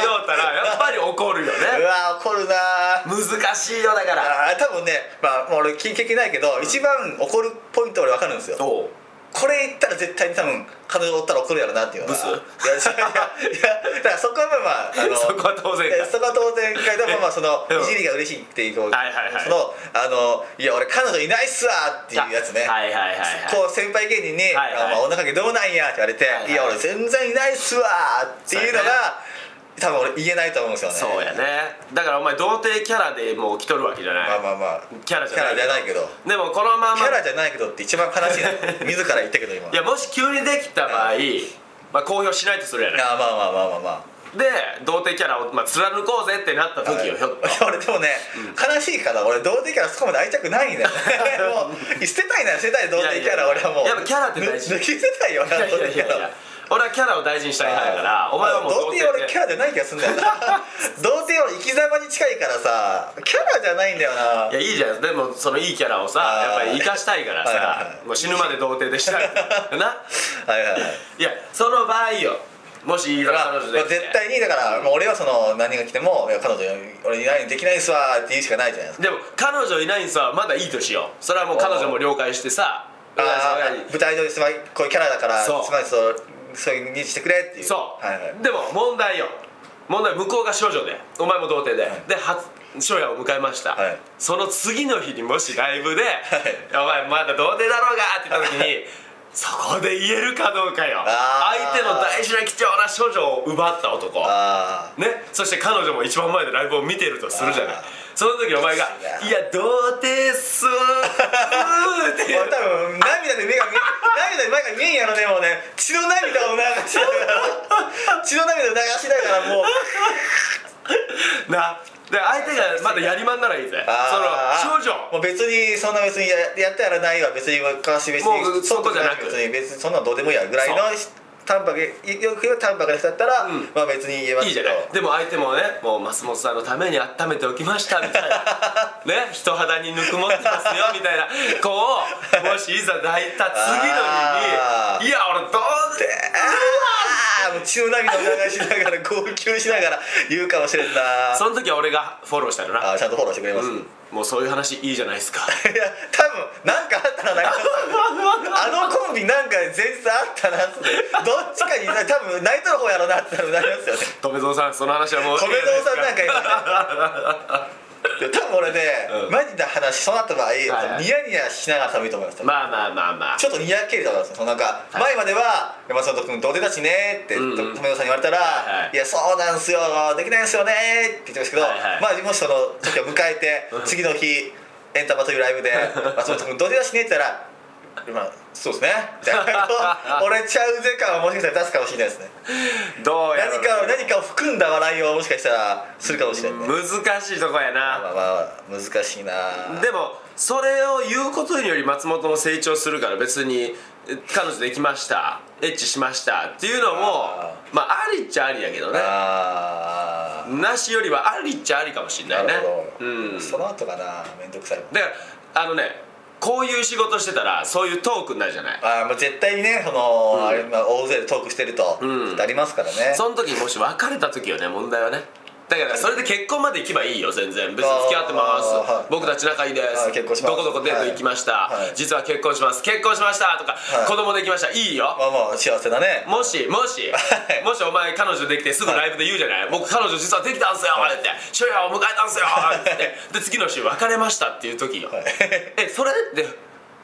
S1: 言おうたらやっぱり怒るよ
S2: う
S1: ね
S2: わー怒るな
S1: (laughs)
S2: ー
S1: 難しいよだから
S2: あー多分ねまあもう俺経験ないけど一番怒るポイント俺分かるんですよ
S1: おう
S2: これ言ったら絶対に多分彼女おったら怒るやろなっていうのは
S1: ブス
S2: いやいやいやだからそこはまあまああの
S1: (laughs) そこは当然
S2: えそこは当然かでもまあその
S1: うん
S2: いじりが嬉しいっていうこう
S1: はいはいはい
S2: そのあの「いや俺彼女いないっすわ」っていうやつね
S1: はいはいはいはい
S2: こう先輩芸人に「
S1: はいはい
S2: あまあ女関係どうなんや」って言われて「
S1: いはい
S2: いや俺全然いないっすわ」っていうの
S1: そうや
S2: が多分俺言えないと思うんですよね
S1: そうやねだからお前童貞キャラでもう来とるわけじゃない
S2: まあまあまあ
S1: キャラじ
S2: キ
S1: ゃ
S2: ャ
S1: な
S2: ラ
S1: い
S2: じゃないけど
S1: でもこのまま
S2: キャラじゃないけどって一番悲しいな自ら言ったけど今
S1: いやもし急にできた場合まあ公表しないとするやない
S2: あまあまあまあまあまあ
S1: で童貞キャラを、まあ、貫こうぜってなった時よ、ひょっと
S2: 俺でもね、悲しいから俺童貞キャラそこまで愛着ないんだよもう捨てたいなら捨てたい童貞キャラ俺はもう
S1: いやいやいややっぱキャラって大事
S2: 抜抜き捨てたいよ俺
S1: い
S2: は
S1: やい
S2: 童
S1: や
S2: 貞キ
S1: い
S2: ャ
S1: やい
S2: ラ
S1: や俺はキャラを大事にしたい派やからお前はもう
S2: 童貞は俺キャ
S1: ラ
S2: ラじゃない気がすんだよな童貞は生き様に近いからさキャラじゃないんだよない
S1: やいいじゃんでもそのいいキャラをさや
S2: あー
S1: っぱり生かしたいから
S2: はいはい
S1: さ
S2: はい
S1: もう死ぬまで童貞でしたい
S2: (laughs)
S1: な
S2: はいはいはい
S1: いやその場合よもし
S2: だ
S1: 彼
S2: から
S1: 女できて
S2: 絶対にだから、もう俺はその何が来ても「いや彼女俺いないできないっすわ」って言うしかないじゃないですか
S1: でも彼女いないんさまだいいとしようそれはもう彼女も了解してさ
S2: あ
S1: それは
S2: ー舞台上でつまりこういうキャラだから
S1: そう
S2: つまりそうそういう認知してくれっていう
S1: そう、
S2: はいはい
S1: でも問題よ問題向こうが少女でお前も童貞で、で初初夜を迎えました、
S2: はい
S1: その次の日にもしライブで「お前まだ童貞だろうが」って言った時にそこで言えるかどうかよ
S2: あー
S1: 相手の大事な貴重な少女を奪った男
S2: ああ
S1: ね、そして彼女も一番前でライブを見てるとするじゃない
S2: あー
S1: その時お前が「
S2: い
S1: いや童貞
S2: (laughs)
S1: っすー」って
S2: もう多分涙で目が見え涙で前が見えんやろねもうね血の涙を流しながら血の涙を流しながらもう
S1: なで相手がまだやりまんならいいぜ
S2: あ
S1: そ
S2: ー
S1: の少女
S2: もう別にそんな別にややってやらないは別に昔別に
S1: もうそういうことじゃなく
S2: 別に別にそんなのどうでもいいやぐらいの淡白よく言えば淡白な人だったら、
S1: ん
S2: まあ別に言えます
S1: いい
S2: け
S1: じゃ
S2: ど
S1: ないでも相手もねもう松本さんのために温めておきましたみたい
S2: (laughs)
S1: なね人肌にぬくもってますよみたいな子をもしいざ抱いた
S2: あ
S1: 次の日に「いや俺どうで
S2: あーもう血の涙を流しながら号泣しながら言うかもしれんな
S1: その時は俺がフォローしたよな
S2: あーちゃんとフォローしてくれます、
S1: う
S2: (laughs) い
S1: んもうそういう話いいじゃないですか
S2: や
S1: (laughs)
S2: 多分なんかあったらなかったあのコンビなんか前日あったなってどっちかに多分泣いとる方やろなってなりますよね
S1: (laughs) 留蔵さんその話はもう
S2: 米蔵さんなんか今
S1: (laughs)
S2: ね多分俺ね、
S1: うん
S2: マジな話そうなった場合、
S1: はい
S2: ニヤニヤしながら多分いいと思います、
S1: まあまあまあまあ
S2: ちょっとにやけると思いますそのなんか、前までは「山本君童貞だしね」って
S1: うん
S2: と
S1: うん
S2: 米蔵さんに言われたら「
S1: はい
S2: い
S1: はい
S2: やそうなんすよできないんすよね」って言ってますけど、
S1: はいはい
S2: まあもしその時を迎え
S1: (laughs)
S2: て次の日エンタマというライブで「松本君童貞だしね」って言ったら「まあそうですね」み
S1: (laughs)
S2: たいな俺ちゃうぜ感をもしかしたら出すかもしれないですね
S1: どうやろ
S2: 何
S1: う
S2: かを何かを含んだ笑いをもしかしたらするかもしれないね、
S1: 難しいとこや
S2: ま
S1: な
S2: あまあ難しいな
S1: でもそれを言うことにより松本も成長するから別にえ彼女できましたエッチしましたっていうのも
S2: あ
S1: まあありっちゃありやけどね
S2: あー
S1: なしよりはありっちゃありかもしれないね
S2: なるほど、
S1: うん
S2: その後かな面倒くさいもん
S1: だからあのねこういう仕事してたらそういうトークになるじゃない
S2: あーもう絶対にねその、あれまあ、大勢でトークしてると、
S1: うん
S2: ちょっとありますからね
S1: その時もし別れた時よね問題はねだからそれで結婚まで行けばいいよ全然別に付き合ってます、
S2: あーはい
S1: 僕たち仲いいで
S2: は
S1: す
S2: い結婚します
S1: どこどこデート行きました、
S2: はいはい
S1: 実は結婚します結婚しましたとか、
S2: い
S1: 子供できましたいいよ、
S2: まあまあ幸せだね
S1: もしもし、
S2: はい
S1: もしお前彼女できてすぐライブで言うじゃない、僕彼女実はできたんすよ、
S2: はい
S1: って初夜を迎えたんすよってで次の週別れましたっていう時よ、
S2: はい
S1: えそれって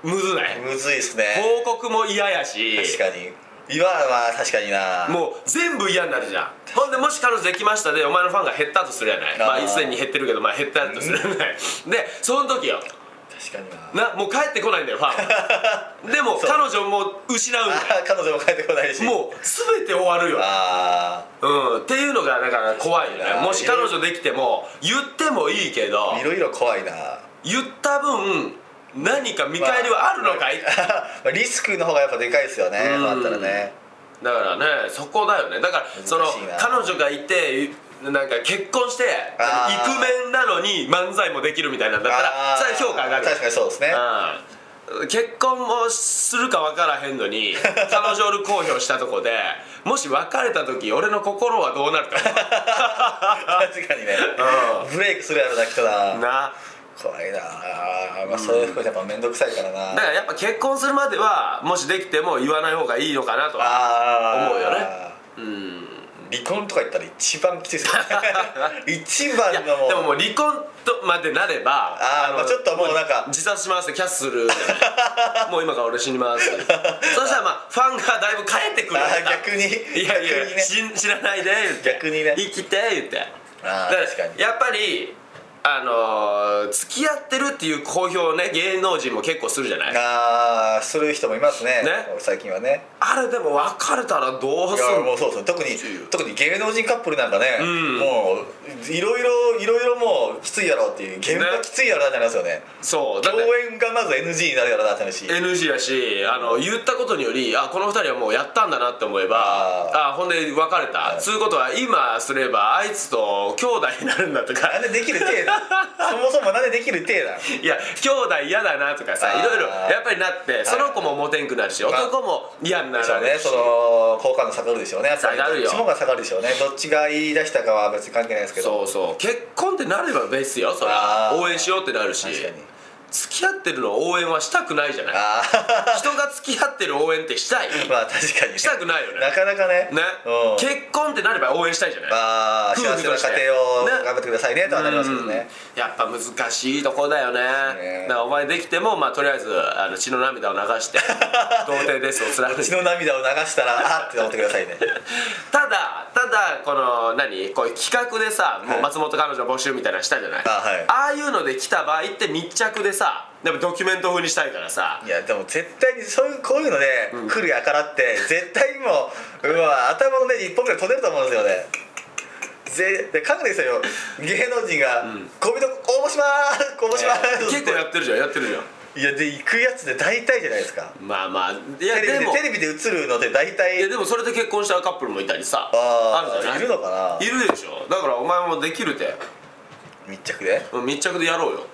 S1: むずない
S2: (laughs) むずいっすね
S1: 報告も嫌やし
S2: 確かに今は確かにな
S1: もう全部嫌になるじゃんほんでもし彼女できましたでお前のファンが減ったとするやない
S2: あー
S1: まあすでに減ってるけどまあ減ったとするやないでその時よ
S2: 確かにな
S1: なもう帰ってこないんだよファ
S2: (laughs)
S1: ンはでも
S2: そう
S1: 彼女も失うんだよ
S2: あー彼女も帰ってこないしう
S1: もう全て終わるよ
S2: あ
S1: うんっていうのがだから怖いよ
S2: いや
S1: ね
S2: ー
S1: もし彼女できても言ってもいいけど
S2: あいろいろ怖いな
S1: 言った分何か見返りはあるのかい、
S2: (laughs) まあリスクの方がやっぱでかいですよね
S1: うん
S2: まああったらね
S1: だからねそこだよねだからその
S2: 難しいな
S1: 彼女がいてなんか結婚して
S2: あ
S1: イ
S2: ー
S1: クメンなのに漫才もできるみたいなんだったら
S2: あー
S1: それは評価上がる
S2: 確かにそうですね
S1: うん結婚もするか分からへんのに彼女ル公表したとこでもし別れた時俺の心はどうなるか
S2: 確かにねブレイクするやろなきっとな
S1: な
S2: 怖いなまあそういう服やっぱ面倒くさいからな
S1: だからやっぱ結婚するまではもしできても言わない方がいいのかなとは
S2: ああ
S1: 思うよねうん
S2: 離婚とか言ったら一番きつい
S1: (laughs)
S2: ですよね一番
S1: いや
S2: のもう
S1: でももう離婚とまでなれば
S2: あー
S1: の
S2: まあちょっともうなんか
S1: 自殺しますってキャッスルじゃないもう今から俺死にますってそしたらまあファンがだいぶ帰ってくる
S2: あ
S1: から
S2: ー逆に
S1: いやいや
S2: 逆にね
S1: 死知らないで言って
S2: 逆にね
S1: 生きて言って
S2: あー
S1: だら
S2: 確かに
S1: やっぱりあのー付き合ってるっていう公表をね芸能人も結構するじゃない
S2: ああする人もいますね
S1: ね
S2: 最近はね
S1: あれでも別れたらどう
S2: い
S1: すん
S2: や
S1: の
S2: もうそうそう特に特に芸能人カップルなんかね、
S1: ん
S2: もういろいろいろいろもうきついやろっていう現場
S1: ね
S2: きついやろなってなりますよね
S1: そうだって
S2: 共演がまず NG になるやろなって話
S1: NG やしあの言ったことによりあこの二人はもうやったんだなって思えば
S2: あ
S1: あほんで別れた、
S2: い
S1: つうことは今すればあいつと兄弟になるんだとか
S2: なんでできる体
S1: (laughs)
S2: だそもそもなんでできる体だ
S1: いや兄弟嫌だなとかさ
S2: あー
S1: いろいろやっぱりなってその子もモテんくなるし
S2: まあ
S1: 男も嫌にな
S2: でしょう
S1: ら
S2: ね
S1: れるし、
S2: その好感度下がるでしょうねやっぱり
S1: 下がるよ
S2: どっちもが下がるでしょうねどっちが言い出したかは別に関係ないですけど
S1: そうそう結婚ってなればベースよそり
S2: あ
S1: ゃ
S2: ー
S1: 応援しようってなるし
S2: 確かに
S1: 付き合ってるの応援はしたくないじゃない
S2: ああ
S1: 人が付き合ってる応援ってしたい
S2: (laughs) まあ確かにね
S1: したくないよね
S2: なかなかね
S1: ね、
S2: うん、
S1: 結婚ってなれば応援したいじゃない
S2: まあ
S1: 夫
S2: 幸
S1: 婦
S2: せ
S1: と
S2: な
S1: して
S2: 家庭を
S1: ね
S2: 頑張ってくださいねとはなりますけどね
S1: うんやっぱ難しいとこだよね
S2: ね
S1: だからお前できてもまあとりあえずあの血の涙を流して
S2: (laughs)
S1: 童貞ですを貫い
S2: 血
S1: て
S2: の涙を流したらあって思ってくださいね
S1: ただただこの何こういう企画でさも
S2: は
S1: う
S2: い
S1: 松本彼女募集みたいなのしたじゃない
S2: あはい
S1: ああいうので来た場合って密着でさでもドキュメント風にしたいか
S2: (laughs)
S1: らさ
S2: いやでも絶対にそういうこういうので、来るやからって絶対にもううわ頭のね一本ぐらい飛んでると思うんですよねぜで各ですよ芸能人が「恋人応募しまーす応募しまーす」
S1: 結構やってるじゃんやってるじゃん
S2: いやで行くやつで大体じゃないですか
S1: まあまあい
S2: テ
S1: や
S2: レビ
S1: で
S2: で
S1: も
S2: テレビで映るので大
S1: いや
S2: 体
S1: でもそれで結婚したカップルもいたりさ
S2: あー
S1: るじゃない
S2: いるのかない
S1: るでしょだからお前もできるて
S2: 密着で
S1: うん密着でやろうよ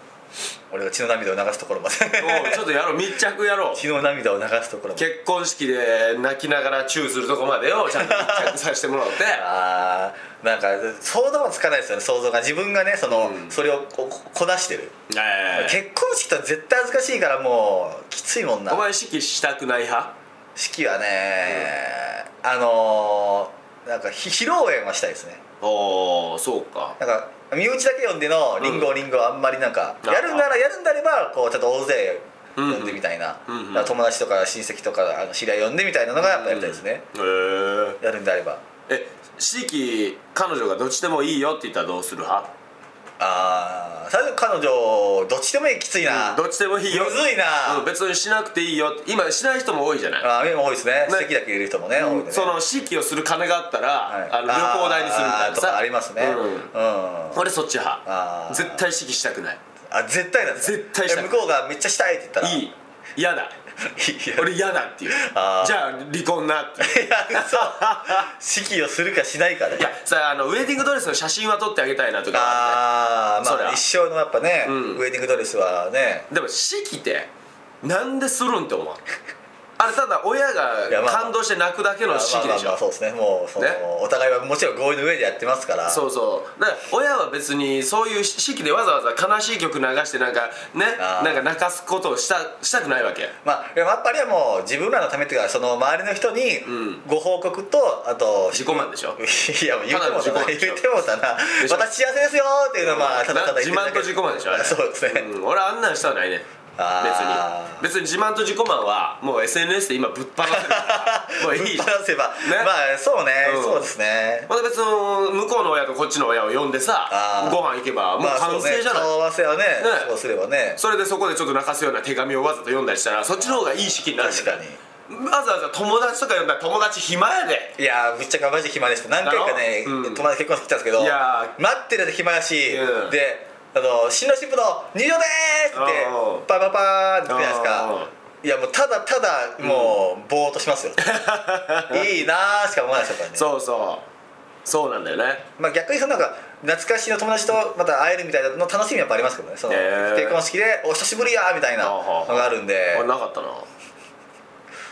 S2: 俺が血の涙を流すところまで
S1: おうちょっとやろう密着やろう
S2: (laughs) 血の涙を流すところまで
S1: 結婚式で泣きながらチューするとこまでをちゃんと密着させてもらって
S2: あーなんか想像はつかないですよね想像が自分がねその、それをここなしてる
S1: ええ
S2: 結婚式とは絶対恥ずかしいからもうきついもんな
S1: お前式したくない派
S2: 式はね、あのーなんかひ披露宴はしたいですね
S1: おーそうか
S2: なんか身内だけ呼んでのリンゴリンゴあんまりなんか、
S1: うん
S2: やるならやるんであればこうちょっと大勢呼んでみたいな、
S1: うんうんうんう
S2: だ
S1: ん
S2: から友達とか親戚とかあの知り合い呼んでみたいなのがやっぱやりたいですね、
S1: へー
S2: やるんであれば
S1: え式彼女がどっちでもいいよって言ったらどうする派
S2: ああ最初彼女どっちでもいいきついな、
S1: どっちでもいいよ
S2: むずいな
S1: うん別にしなくていいよって今しない人も多いじゃない
S2: ああ、も多いですね。席だけ入れる人もね、多いんでね。
S1: その式をする金があったら、
S2: はい
S1: あの旅行代にするみたい
S2: あー
S1: な
S2: とか
S1: さ
S2: ありますね。
S1: う
S2: うん
S1: ん。
S2: あ、
S1: 俺そっち
S2: あ
S1: 派
S2: ー
S1: 絶対式したくない
S2: 絶対なんですね
S1: 絶対したくない
S2: 向こうがめっちゃしたいって言ったら。
S1: い
S2: い
S1: い嫌だ
S2: や。
S1: 俺嫌だっていう
S2: あー
S1: じゃあ離婚なっていう
S2: いや、嘘。式をするかしないかで。
S1: いやさあのウェディングドレスの写真は撮ってあげたいなとかはあるね
S2: ああ、
S1: そり
S2: ま
S1: ゃ
S2: あ一生のやっぱね、
S1: ん
S2: ウェディングドレスはね。
S1: でも式ってなんでするんって思わんあれただ親
S2: いや
S1: が
S2: まあ
S1: 感動して泣くだけの式
S2: まあ
S1: でし
S2: まあま
S1: ょ
S2: あそうですねもうその、
S1: ね
S2: お互いはもちろん合意の上でやってますから
S1: そうそうだから親は別にそういう式でわざわざ悲しい曲流してなんかね
S2: あー
S1: なんか泣かすことをしたしたくないわけ
S2: まあ、でもやっぱりはもう自分らのためっていうかその周りの人に
S1: ん
S2: ご報告とあと
S1: 自己満でしょ
S2: いやもう言うてもうたな
S1: ただの
S2: 言
S1: 自己
S2: うてもう
S1: 満でしょ
S2: たな
S1: でしょ
S2: 私幸せですよっていうのはまあただただ言ってるだけ
S1: 自慢と自己満でしょあれ
S2: そうですね、
S1: うん、俺あんなんしたはないね
S2: あー
S1: 別に別に自慢と自己満はもう SNS で今ぶっ放せる
S2: (laughs)
S1: もういい
S2: ぶ
S1: し
S2: っ放せば、
S1: ね
S2: まあそうね、
S1: うん
S2: そうですね
S1: また別の向こうの親とこっちの親を呼んで
S2: あ
S1: さ
S2: ー
S1: ご飯行けばもう
S2: まあ
S1: 完成じゃな
S2: そうね
S1: い、
S2: 顔合わせはね
S1: ね
S2: そうすればね
S1: それでそこでちょっと泣かすような手紙をわざと読んだりしたらそっちの方がいい式になる
S2: 確かに
S1: わざわざ友達とか呼んだら友達暇やで
S2: いやーぶっちゃけマジで暇でした何回かね、
S1: だろうん
S2: 友達結婚してきたんですけど
S1: いや
S2: 待ってる間暇やし、
S1: うん
S2: であの新郎新婦の入場でーすって
S1: おう
S2: パパパーンって来るじゃないです
S1: おう
S2: かいやもうただただもう、ぼーっとしますよ
S1: (laughs)
S2: いいなーしか思わないですよやっぱりね
S1: そうそうそうなんだよね
S2: まあ、逆にそのなんか懐かしいの友達とまた会えるみたいなの楽しみやっぱありますけどねその
S1: へー
S2: 結婚式で「お久しぶりや!」みたいなのがあるんで
S1: 俺なかったな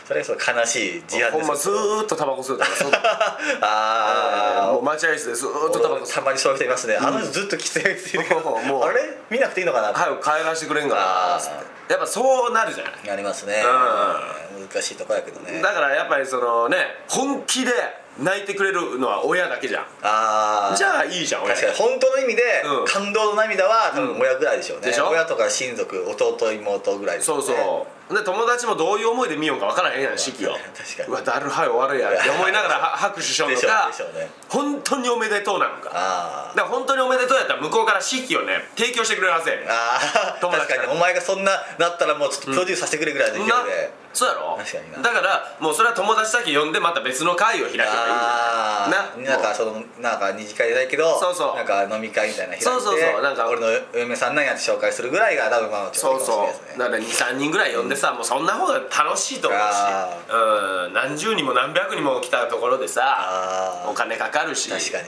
S2: それがその悲しい自販
S1: ほんま
S2: です
S1: ずーっとタバコ吸うとかそう
S2: (laughs) ああ
S1: もう待合室でずーっとタバコ吸って
S2: たまにそういう人いますね、あの人ずっと喫煙してるけど
S1: もう
S2: あれ見なくていいのかな、
S1: 早く帰らせてくれんかな
S2: あー
S1: つってやっぱそうなるじゃない
S2: なりますね、難しいとこやけどね
S1: だからやっぱりそのね本気で泣いてくれるのは親だけじゃん
S2: ああ
S1: じゃあいいじゃん親
S2: 確かに本当の意味で、
S1: うん
S2: 感動の涙は多分親ぐらいでしょうね、
S1: でしょ
S2: 親とか親族弟妹ぐらいです
S1: そ
S2: よ
S1: う
S2: ね
S1: そう、で友達もどういう思いで見ようか分からへんやん式を
S2: 確かに
S1: うわだるはい終わ
S2: (laughs)
S1: るやんって思いながらは拍手しようのか
S2: でしょうでしょうね
S1: 本当におめでとうなのかだか
S2: あー
S1: ら本当におめでとうやったら向こうから式をね提供してくれるはずやねん
S2: あー
S1: 友達
S2: 確かにお前がそんななったらもうちょっとプロデュースさせてくれぐらいの勢いで、
S1: なそうやろ
S2: 確かにな
S1: だからもうそれは友達だけ呼んでまた別の会を開けばいいん
S2: あ
S1: だよ
S2: あ
S1: な
S2: なん
S1: も
S2: か
S1: う
S2: そのなんか二次会じゃないけど
S1: そうそう
S2: なんか飲み会みたいな開いて
S1: そうそうそうなんか
S2: 俺の嫁さんなんやって紹介するぐらいが多分まあち
S1: そ
S2: ょ
S1: う
S2: っといいかもしれないで
S1: そ
S2: すね
S1: うだから23人ぐらい呼んでさ、もうそんな方が楽しいと思う
S2: あ
S1: し、うん、何十人も何百人も来たところでさ
S2: あー
S1: お金かかるし
S2: 確か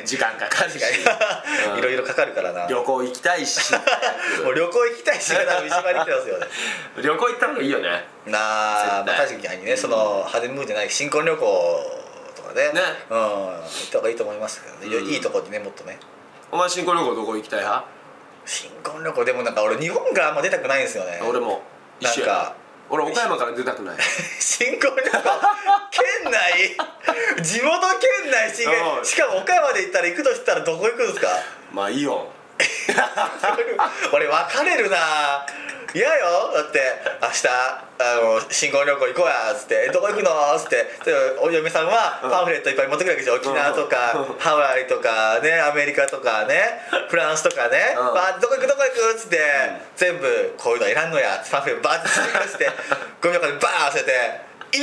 S2: に
S1: 時間かかるしう
S2: (laughs)
S1: ん
S2: いろいろかかるからな
S1: 旅行行きた
S3: (laughs)
S1: いし
S2: もう旅行行きたいしが多分一番に来てます
S1: (laughs)
S2: よね
S1: 旅行行った方がいいよね
S2: なあ、まあ、確かにねそのハネムーンじゃない新婚旅行とかね
S1: ね
S2: うん行った方がいいと思いますけどね、いいとこにねもっとね
S1: お前新婚旅行どこ行きたい派、
S2: 新婚旅行でもなんか俺日本があんま出たくないんですよね
S1: 俺も一緒や
S2: なんか
S1: 俺岡山から出たく
S2: (laughs)
S1: ない
S2: 新婚旅行県内地元県内新婚
S1: うん
S2: しかも岡山で行ったら行くとしたらどこ行くんですか
S1: まあイオン
S2: (laughs) 俺別れるな嫌よだって明日あの新婚旅行行こうやっつって「えどこ行くの?」っつってでお嫁さんはパンフレットいっぱい持ってくるわけでしょ沖縄とかハワイとかねアメリカとかねフランスとかね「
S1: うん
S2: まあ、どこ行くどこ行く?」っつって全部「こういうのいらんのや」ってパンフレットバーって追加
S1: (laughs)
S2: してゴミ箱にバーン捨てて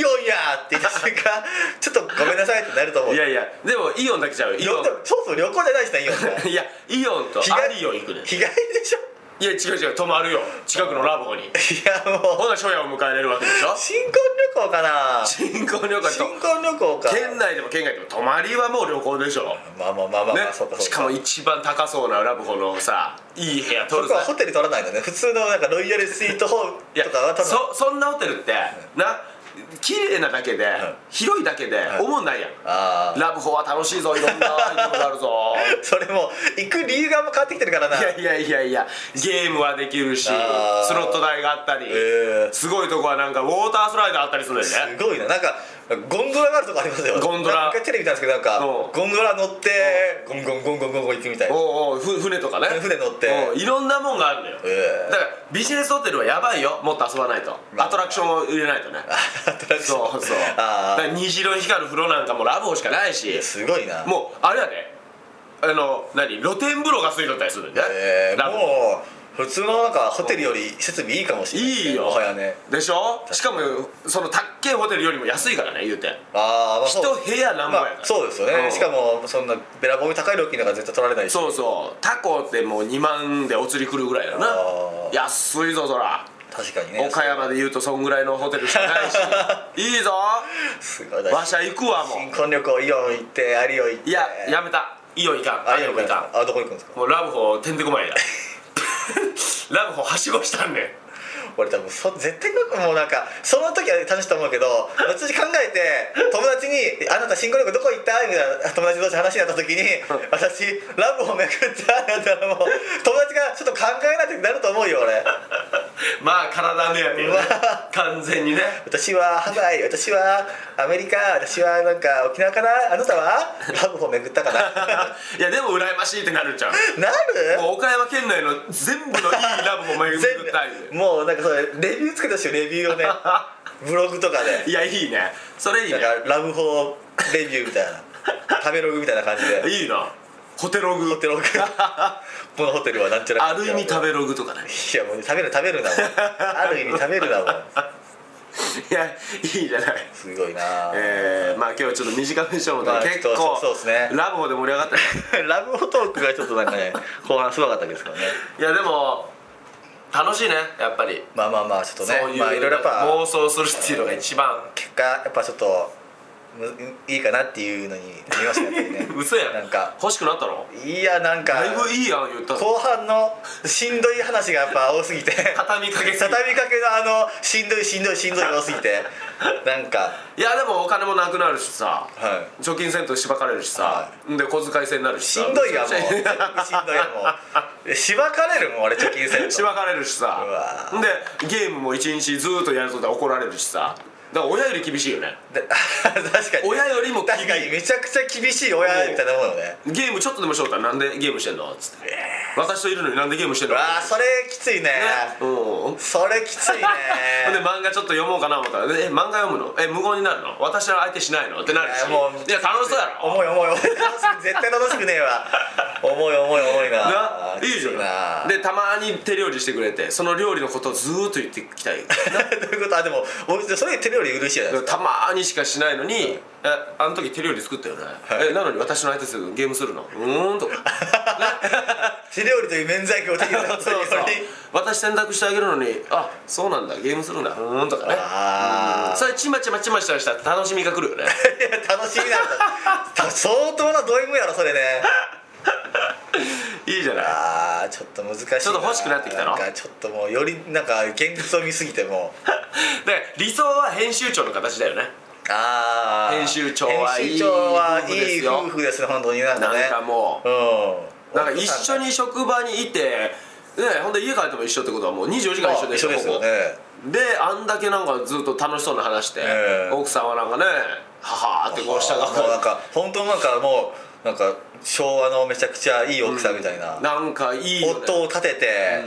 S2: 「イオンや!」って言った瞬間ちょっとごめんなさいってなると思う
S1: いやいやでもイオンだけちゃうよイ
S2: イ
S1: オ
S2: オン
S1: ン
S2: でもそもそも旅行じゃないしねイオンって
S1: (laughs) いやイオンとアリオン行くね
S2: 日帰りでしょ
S1: いや違う違う泊まるよ近くのラボに
S2: いやもう
S1: ほな初夜を迎えれるわけでしょ
S2: 新婚旅行かな
S1: 新婚旅行
S2: 新
S1: と
S2: 婚旅行か
S1: 県内でも県外でも泊まりはもう旅行でしょ
S2: まあまあまあまあ、
S1: ね
S2: まあ、そうかそうか
S1: しかも一番高そうなラブホのさいい部屋取る
S2: 僕
S1: さ
S2: はホテル取らないのね普通のなんかロイヤルスイートホー
S1: いや
S2: ルとかは取らない
S1: そそんなホテルって、な綺麗なだけで、広いだけで、
S2: い
S1: おもんないやん
S2: ああ
S1: ラブホは楽しいぞいろんなアイテムがあるぞ
S2: それも行く理由がもう変わってきてるからない
S1: やいやいやいやゲームはできるしス
S2: あー
S1: ロット台があったり、
S2: えー
S1: すごいとこはなんかウォータースライダーあったりするんだよね
S2: すごいななんかゴンドラがあるとこありますよ
S1: ゴンドラ
S2: なんか一回テレビ見たんですけどなんか
S1: うん
S2: ゴンドラ乗ってゴンゴンゴンゴンゴンゴン行くみたいな
S1: おうおうふ船とかね
S2: 船乗って
S1: おういろんなもんがあるのよ、
S2: えー
S1: だからビジネスホテルはやばいよもっと遊ばないと、
S2: まあ
S1: アトラクションを入れないとね
S2: (laughs) アトラクショ
S1: そ
S2: ン
S1: うそう
S2: あ
S1: だか
S2: あ
S1: ら虹色に光る風呂なんかもうラブホしかないし
S2: すごいな
S1: もうあれやであの何露天風呂がついとったりするんだよね、
S2: えー
S1: ラブホ
S2: もう普通のなんかホテルより設備いいかもしれないですね
S1: いいよ
S2: もはやね
S1: でしょしかもそのたっけえホテルよりも安いからね言うて
S2: ああまあ
S1: 一
S2: そう
S1: 部屋何
S2: ま
S1: 万や
S2: あ
S1: から、、
S2: そうですよね、
S1: うん
S2: しかもそんなべらぼうに高い料金なんか絶対取られないし
S1: そうそうタコってもう2万でお釣り来るぐらいだな
S2: あー
S1: 安いぞそら
S2: 確かにね
S1: 岡山で言うとそんぐらいのホテルしかないし
S2: (laughs)
S1: いいぞ
S2: すごいだ
S1: わしゃ行くわも
S2: 新
S1: う
S2: 婚旅行イオン行ってアリオ行って
S1: いややめたイオン行かん
S2: あ
S1: ア
S2: イ
S1: イ
S2: オ
S1: オ
S2: ン
S1: ン
S2: 行
S1: 行
S2: か
S1: か
S2: あどこ行くんですか
S1: (laughs) んもうラブホてんてこまいだラブホはしごしたんねん
S2: 俺多分そ絶対もうなんかその時は楽しいと思うけど
S1: (laughs)
S2: 後々考えて友達に「あなた新婚旅行どこ行った?」みたいな友達同士話になった時に「私ラブをめくった」なんて言ったらもう友達がちょっと考えないってなると思うよ
S1: (laughs)
S2: 俺
S1: まあ体目やけ
S2: う
S1: どね
S2: わ
S1: 完全にね
S2: 私はハワイ私はアメリカ私はなんか沖縄かなあなたはラブをめぐった
S1: (laughs)
S2: かな
S1: いやでも羨ましいってな
S2: (laughs)
S1: るじゃん
S2: なる
S1: もう岡山県内の全部のいいラブを巡
S2: 全
S1: りたいよ
S2: もうなんかそれレビューつけたしよレビューを
S1: (laughs)
S2: ねブログとかで
S1: いやいいねそれいいね
S2: なんかラブホーレビューみたいな食べログみたいな感じで
S1: いいなホテログ
S2: ホテログこのホテルはなんちゃら
S1: ある意味食べログとかね
S2: いやもう食べる食べるなもんある意味食べるなもん
S1: いやいいじゃない
S2: すごいな、
S1: えー、まあ今日ちょっと短めにしようも
S2: まあ
S1: 結
S2: そ
S1: 構、
S2: うそうそうですね
S1: ラブホで盛り上がったね
S2: ラブホトークがちょっとなんかね後半すごかったですからね
S1: いやでも楽しいねやっぱり、
S2: まあまあまあちょっと
S1: そう
S2: ね
S1: いう、
S2: まあいろいろやっぱ
S1: 妄想するっていうのが一番
S2: 結果やっぱちょっとむいいかなっていうのに見ましたねやっぱりね
S1: (laughs) 嘘やん
S2: なんか
S1: 欲しくなったろ
S2: いやなんか
S1: だいぶいいやん言ったの
S2: 後半のしんどい話がやっぱ多すぎて
S1: 畳みかけすぎ
S2: 畳みかけのあのしんどいしんどいしんどいが多すぎてなんか
S1: いやでもお金もなくなるしさ
S2: は
S1: 貯金せんとしばかれるしさ、
S2: は
S1: で小遣い制になるし
S2: し
S1: さ
S2: んどいやもう
S1: めちゃ
S2: しんどい
S1: くちゃ
S2: やもうしばかれるもん俺貯金せん
S1: (laughs) し
S2: と
S1: ばかれるし
S2: うわ
S1: さでゲームも一日ずっとやるとったら怒られるしさだから親より厳しいよね
S2: で確かに
S1: 親よりも厳しい
S2: 確かにめちゃくちゃ厳しい親みたいなものね
S1: ゲームちょっとでもしようったらなんでゲームしてんのっつって、私といるのになんでゲームしてん
S2: う
S1: の
S2: わあそれきついね
S1: ねうん
S2: それきついね
S1: (laughs) で漫画ちょっと読もうかな思ったら「え漫画読むのえ無言になるの私は相手しないの?」ってなるし
S2: いやもう
S1: いや楽しそうやろ
S2: 重い重い重い楽しく絶対楽しくねえわ重い重い重いな
S1: ないいじゃ
S2: な
S1: ないでたまに手料理してくれてその料理のことをずーっと言ってきたい
S2: (laughs) どういうことあでも俺それ手料理嬉しいじゃないですか
S1: たまーにしかしないのに「えあの時手料理作ったよね、えなのに私の相手するのゲームするのうーん」とか
S2: (laughs) 手料理という免罪を的な
S1: そう
S2: 手
S1: (laughs) そう
S2: 料
S1: 私選択してあげるのに「あそうなんだゲームするんだうーん」とかね
S2: あー
S1: それちまちまちましたらしたら楽しみが来るよね
S2: 理いや楽しみなんだた相当なド M やろそれね
S1: (laughs) いいじゃない
S2: あーちょっと難しいな
S1: ちょっと欲しくなってきたの
S2: なんかちょっともうよりなんか現実を見すぎて
S1: (laughs)
S2: もう
S1: で理想は編集長の形だよね
S2: あー
S1: 編集長はいい
S2: 編集長はい
S1: 夫婦で
S2: い
S1: すよ
S2: 夫婦ですね本当になんかね
S1: なんかもう
S2: うん
S1: なんか一緒に職場にいてねほんで家帰っても一緒ってことはもう24時間一緒でしょ
S2: あですよね
S1: ここであんだけなんかずっと楽しそうな話して、
S2: ええ
S1: 奥さんはなんかねははーってこう下が
S2: もうなんか本当なんかもうなんか昭和のめちゃくちゃいい奥さんみたいな、
S1: なんかいいよ、ね、
S2: 夫を立てて、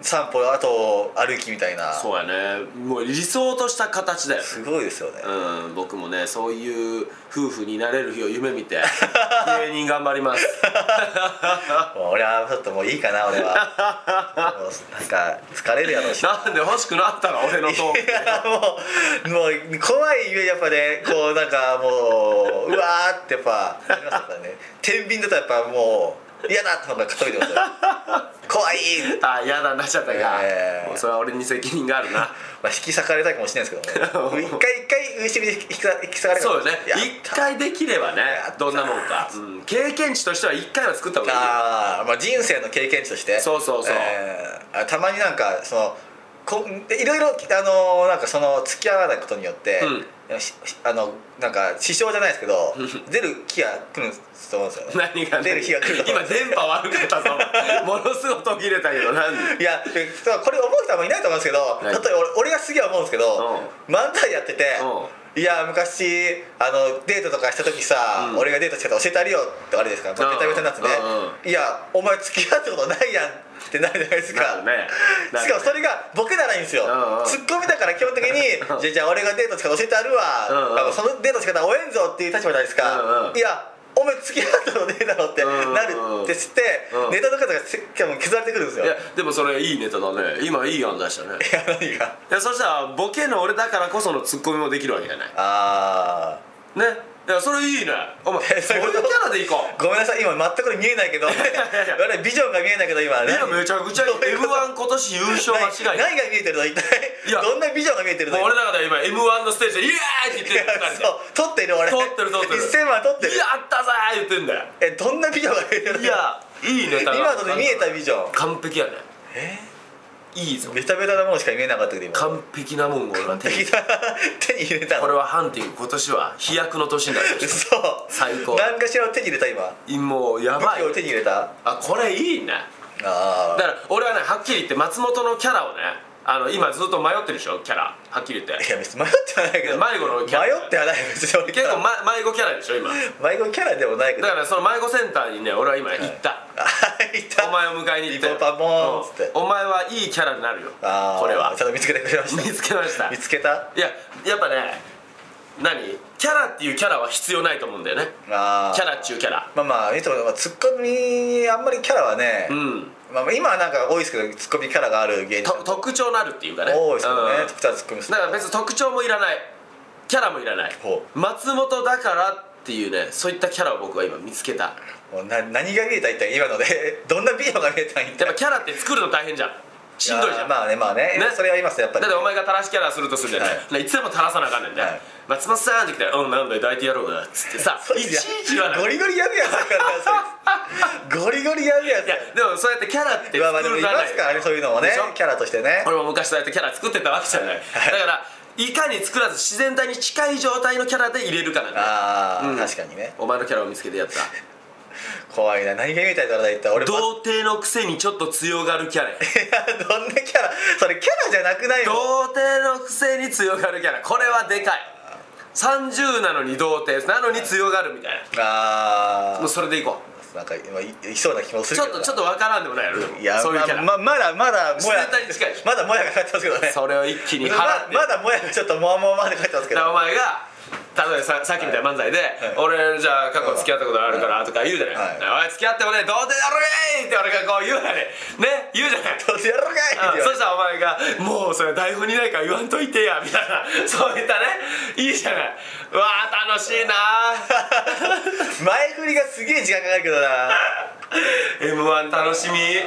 S2: 散歩あと歩きみたいな
S1: そうやねもう理想とした形だよね
S2: すごいですよね、
S1: うん僕もねそういう夫婦になれる日を夢見 (laughs) て芸人頑張ります
S2: もう俺はちょっともういいかな俺は
S1: (laughs)
S2: もうなんか疲れるやろうしい
S1: なんで欲しくなったの俺のトーク
S2: やもうもう怖いゆえやっぱねこうなんかもううわーってやっぱなりますからね天秤だとやっぱもう嫌だってのが片付いてます
S1: (laughs)
S2: よ怖い、
S1: あ嫌だなっちゃったか、
S2: ええ
S1: もうそれは俺に責任があるな
S2: まあ、引き裂かれたいかもしれないですけど
S1: (laughs)
S2: ね一回一回後ろに引き裂引き裂かれるか
S1: そう
S2: も
S1: よ
S2: し
S1: ね
S2: れないや
S1: 一回できればね
S2: やった
S1: どんなもんか、うん経験値としては一回は作った方がいいよ
S2: あーまあ人生の経験値として
S1: そうそうそう
S2: えーあたまになんかそのこいろいろあのなんかその付き合わないことによって、しあのなんか支障じゃないですけど出る気が来ると思うんですよね
S1: 何が
S2: 出る日が来ると思
S1: 今
S2: うんですよ
S1: 電波悪かったぞものすごく途切れたけど
S2: (laughs)
S1: 何
S2: いやえそうこれ思う人はあんまいないと思うんですけど
S1: ない
S2: 例えば俺俺がすげえ思うんですけど、漫才やってて、いや昔あのデートとかした時さ、
S1: うん
S2: 俺がデートしてたら教えてあげるよってあれですから
S1: うん
S2: ベタベタなやつね、
S1: う
S2: いやお前付き合ったことないやんってなるじゃないです
S1: な
S2: か、
S1: るねなるね
S2: しかもそれがボケならいいんですよ、
S1: うんうん
S2: ツッコミだから基本的に「じゃあじゃあ俺がデートの仕方教えてあるわ」
S1: うんうん
S2: そのデートの仕方応援ぞっていう立場じゃないですか、
S1: うんうん
S2: いやお前付き合ったことねえだろって
S1: うん
S2: なるって知って、
S1: うん
S2: ネタの方がせ削られてくるんですよ
S1: いやでもそれいいネタだね今いい案出したね
S2: いや何が
S1: いやそしたらボケの俺だからこそのツッコミもできるわけじゃないね
S2: あ
S1: いやそれいいねお前
S2: えそ
S1: そ
S2: ううい
S1: い
S2: うう
S1: キ
S2: こと
S1: ャラでいこ
S2: ーごめんなさい今全くこれ見えないけど俺ビジョンが見えないけど今
S1: ういや
S2: 何
S1: めちゃくちゃ m
S2: どういうこと
S1: 1今年優勝間違いな
S2: 何
S1: い
S2: 何が見えてるの一体
S1: いや
S2: どんなビジョンが見えてるの
S1: もう俺の中で今 m 1のステージで「イエーイ!」って言ってる2人で
S2: そう撮ってる俺
S1: 撮ってる撮ってる
S2: 1000万撮ってる
S1: やったぜー言ってんだよ
S2: えどんなビジョンが見えてるの
S1: いやいいネタが
S2: 今ので見えたビジョン
S1: 完璧やねいいぞ
S2: ベタベタなものしか見えなかったけど今
S1: 完璧なもんを俺は手に
S2: 璧な手に入れたの
S1: これはハンティング今年は飛躍の年になりまし
S2: 嘘
S1: 最高
S2: 何かしらを手に入れた今
S1: たもうやば
S2: 武
S1: い
S2: 器を手に入れた
S1: あこれいいね
S2: あ
S1: だから俺はねはっきり言って松本のキャラをねあの今ずっと迷ってるでしょキャラはっきり言っ
S2: ーい
S1: て
S2: や別に迷ってはないけど
S1: 迷子のキャラ
S2: 迷ってはない別に俺キャ
S1: 結
S2: ラ
S1: 構、ま、迷子キャラでしょ今だ
S2: 迷子キャラでもないけど
S1: からねその迷子センターにね俺は今行った、
S2: あいた
S1: (laughs) お前を迎えに行って
S2: リボパボーンっつって
S1: うんお前はいいキャラになるよこ
S2: あー
S1: れは
S2: ちゃんと見つけてくれました
S1: 見つけました
S2: 見つけた
S1: いややっぱね何キャラっていうキャラは必要ないと思うんだよね
S2: あー
S1: キャラっちゅうキャラ
S2: まあまあいつもツッコミあんまりキャラはね、
S1: うん
S2: まあ、今はなんか多いですけどツッコミキャラがある芸人
S1: と特徴のあるっていうかね
S2: 多いですよね、
S1: うん
S2: 特徴ツッコミする
S1: だから別に特徴もいらないキャラもいらない
S2: ほ
S1: 松本だからっていうねそういったキャラを僕は今見つけた
S2: もうな何が見えた一体今のでどんなビデオが見えたん一
S1: や
S2: 体
S1: っぱキャラって作るの大変じゃんしんどいじゃ
S2: や
S1: ん
S2: まあねまあね
S1: ね
S2: それは言いますねやっぱり
S1: だってお前が垂らしキャラするとするじゃない、、
S2: はい
S1: いつでも垂らさなあかんねんね、
S2: はい
S1: 松本さんって来たら「うんなんだよ抱いてやろうが」っつって
S2: (laughs)
S1: さ
S2: そう
S1: い
S2: で
S1: ち
S2: す
S1: いち言わない
S2: ゴリゴリやるやつだからそいつゴリゴリやるやつ
S1: いやでもそうやってキャラって
S2: まあまあ
S1: 作
S2: でも
S1: る
S2: い
S1: じゃな
S2: ま
S1: い
S2: すからねそういうのもね
S1: でしょ
S2: キャラとしてね
S1: 俺も昔そうやってキャラ作ってたわけじゃない、だからいかに作らず自然体に近い状態のキャラで入れるかなんだよ
S2: ああ、
S1: うん
S2: 確かにね
S1: お前のキャラを見つけてやった
S2: 怖いな何が見えたんだろうな一体 (laughs) 俺
S1: 童貞のくせにちょっと強がるキャラや
S2: いやどんなキャラそれキャラじゃなくないもん
S1: 童貞のくせに強がるキャラこれはでかい30なのに童貞なのに強がるみたい
S2: あ
S1: なもうそれでいこ
S2: あなんか今いいそうな気もす
S1: う
S2: る
S1: ちょ
S2: けど
S1: っと
S2: な
S1: ちょっとわからんでもないやろでも
S2: いや
S1: そういうキャラ、
S2: まあままだまだもや
S1: 自然体に近いでしょ
S2: まだもやがかってますけどね
S1: それを一気に払って、
S2: ままだもやがちょっともわもわまでかってますけ
S1: だから
S2: ど
S1: お前が例えばささっきみたいな漫才で「俺じゃあ過去付き合ったことあるから」とか言うじゃない
S2: はい
S1: 「おい付き合ってもね童貞だろえい!」って俺がこう言うじゃないね言うじゃない
S2: どうせやろうかいって言
S1: うん
S2: わ
S1: そ
S2: れ
S1: してたらお前が「もうそれ台本にないから言わんといてや」みたいなそういったねいいじゃないうわー楽しいな
S2: 前振りがすげえ時間かかるけどな (laughs)
S1: m 1楽しみ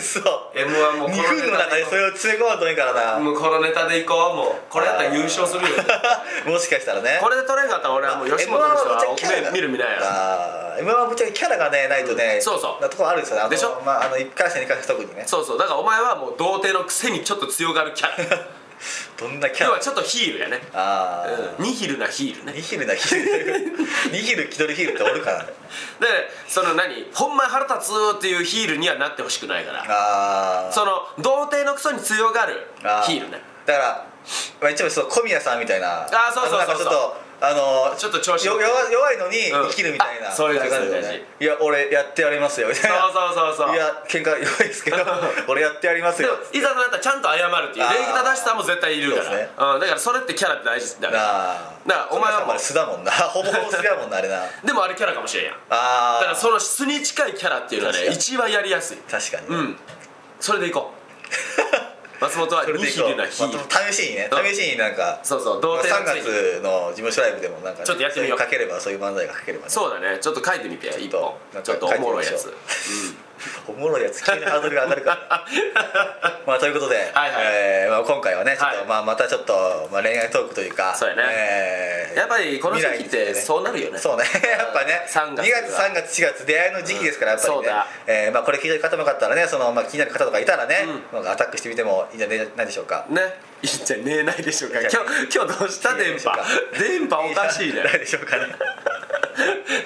S2: そう
S1: m 1もうこ
S2: 2
S1: のネ
S2: 分の
S1: タ
S2: 中
S1: で
S2: で
S1: いこ
S2: それを詰め込まんといいから
S1: う
S2: な
S1: もうこのネタでいこうもうこれやったら優勝するよ
S2: (laughs) もしかしたらね
S1: これで取れんかったら俺はもう吉本
S2: M1
S1: の
S2: は
S1: 人
S2: ぶっ
S1: は
S2: ちゃけキャラ
S1: 目
S2: が
S1: 見る見ないや
S2: あー M1 はぶっちゃけキャラがねないとね、
S1: んそうそう
S2: なとこあるんですよねあの
S1: でしょ
S2: まあ、あの1回戦2回戦特にね
S1: そうそうだからお前はもう童貞のくせにちょっと強がるキャ
S2: (laughs)
S1: ラ
S2: どんなキャ
S1: 要
S2: ラ
S1: はちょっとヒールやね、
S2: ああ、
S1: うん、ニヒルなヒールね
S2: ニヒルなヒ
S1: (laughs)
S2: ルニヒル気取りヒルっておるからね
S1: でその何ほんまに腹立つっていうヒールにはなってほしくないから
S2: ああ
S1: その童貞のクソに強がる
S2: あー
S1: ヒールね
S2: だから、まあ、一応そう小宮さんみたいなあ
S1: ーそうそうそうそう
S2: なんかちょっとあの
S1: ちょっと調子乗っ
S2: よ
S1: て
S2: 弱弱いのに
S1: うん
S2: 生きるみたいな、
S1: あそういう感じ
S2: 感じだよ
S1: そういう
S2: ねいや俺やってやりますよみたい
S1: そう
S2: な
S1: そうそうそう
S2: いや喧嘩弱いです
S1: (laughs)
S2: けど俺やってやります
S1: でも
S2: よ
S1: いざとなったらちゃんと謝るっていう
S2: あー
S1: 礼儀正しさも絶対いるから
S2: そうですね
S1: うん、だからそれってキャラって大事だから
S2: なあ
S1: だからお前はも
S2: 小宮さん
S1: う
S2: もあれ素だもんな (laughs) ほぼほぼ素だもんなあれな
S1: でもあれキャラかもしれんやんだ
S2: あ
S1: から
S2: あ
S1: その質に近いキャラっていうのはね
S2: 確かに
S1: 一番やりやすい
S2: 確かに、
S1: うんそれでいこ
S2: (laughs)
S1: う松本は
S2: それ
S1: ニ
S2: でい
S1: ヒ
S2: こう
S1: ルなヒール
S2: まあ試しにね
S1: うん
S2: 試しになんか
S1: そうそう
S2: ま
S1: 童
S2: あ
S1: 貞
S2: 3
S1: のくせ
S2: 月の
S1: に
S2: 事務所ライブでもなんかね
S1: ちょっとやってみよう
S2: そういうの書ければそういう漫才が書ければね
S1: そうだねちょっと書いてみて一本
S2: なんか
S1: ちょっとおもろいや
S2: 書
S1: つ
S2: いてみおもろいやつ急にハードルが上がるから
S1: (laughs)
S2: まあということで、
S1: はいはい
S2: えーまあ、今回はねちょっと、
S1: はい
S2: まあ、またちょっと、まあ、恋愛トークというか
S1: そうやね
S2: え
S1: うん
S2: ー
S1: やっぱりこの時期っ
S2: 未来につい
S1: て
S2: ね
S1: そうなるよね
S2: そうね (laughs) やっぱね
S1: 3月
S2: 2月3月4月出会いの時期ですから、
S1: うん
S2: やっぱり
S1: そう
S2: ね
S1: だ、
S2: えーまあ、これ聞いてる方もよかったらねその、まあ、気になる方とかいたらね、
S1: う
S2: なんかアタックしてみてもいいんじゃないでしょうか
S1: ねいいんじゃねえないでしょうか
S2: いいん
S1: 今
S2: じゃない
S1: 日今日どうした
S2: いいんじゃないでしょう
S1: 電
S2: か
S1: 波電波おかしいね
S2: んじゃないでしょうかね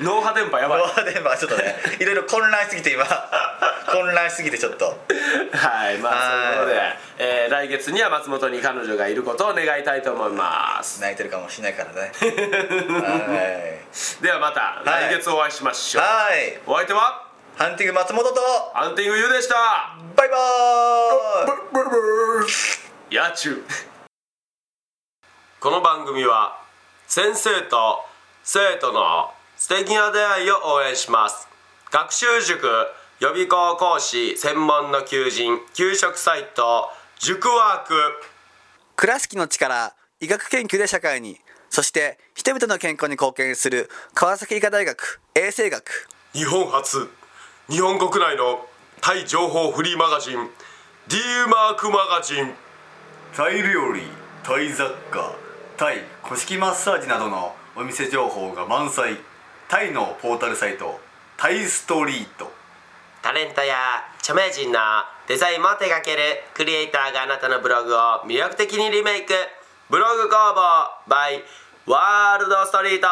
S1: 脳波電波やばい
S2: もうでもちょっと
S1: (laughs)
S2: ねいろいろ混乱しすぎて今混乱しすぎてちょっと
S1: はいまあ
S2: はい
S1: そういうことで、えー来月には松本に彼女がいることを願いたいと思います
S2: 泣いてるかもしれないからね
S1: (laughs)
S2: は
S1: ではまた
S2: はい
S1: 来月お会いしまし
S2: い
S1: ょう、
S2: はい
S1: お相手は
S2: ハンティング松本と
S1: アンティングユーでした
S2: バイバーイ
S1: 野中この番組は先生と生徒の素敵な出会いを応援します学習塾予備校講師専門の求人給食サイト塾ワーク
S3: 倉敷の力医学研究で社会にそして人々の健康に貢献する川崎医科大学衛生学
S1: 日本初日本国内のタイ情報フリーマガジン D マークマガジン
S3: タイ料理タイ雑貨タイ古式マッサージなどのお店情報が満載タイのポータルサイトタイストリート
S1: タレントや著名人の
S3: デザインも手掛けるクリエイターがあなたのブログを魅力的にリメイクブログ工房 by ワールドストリート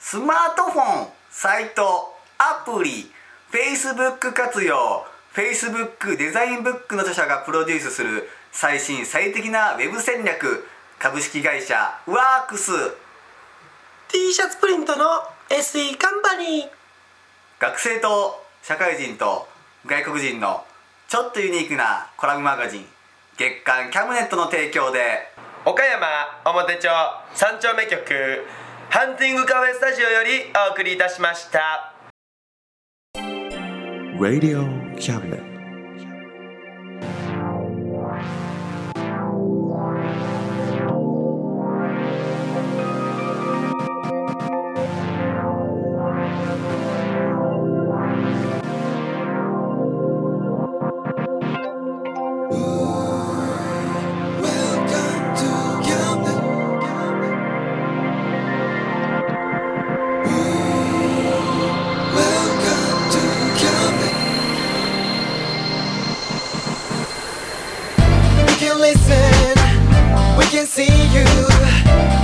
S2: スマートフォン、サイト、アプリ、Facebook 活用、Facebook デザインブックの著者がプロデュースする最新最適なウェブ戦略、株式会社ワークス
S3: T シャツプリントの SE カンパニー
S2: 学生と社会人と外国人のちょっとユニークなコラムマガジン、月刊キャムネットの提供で、
S3: 岡山表町三丁目局ハンティングカフェスタジオよりお送りいたしました
S4: Radio Cabinet.
S5: We can listen, we can see you.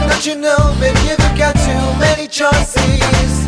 S5: Don't you know, baby, you've got too many choices.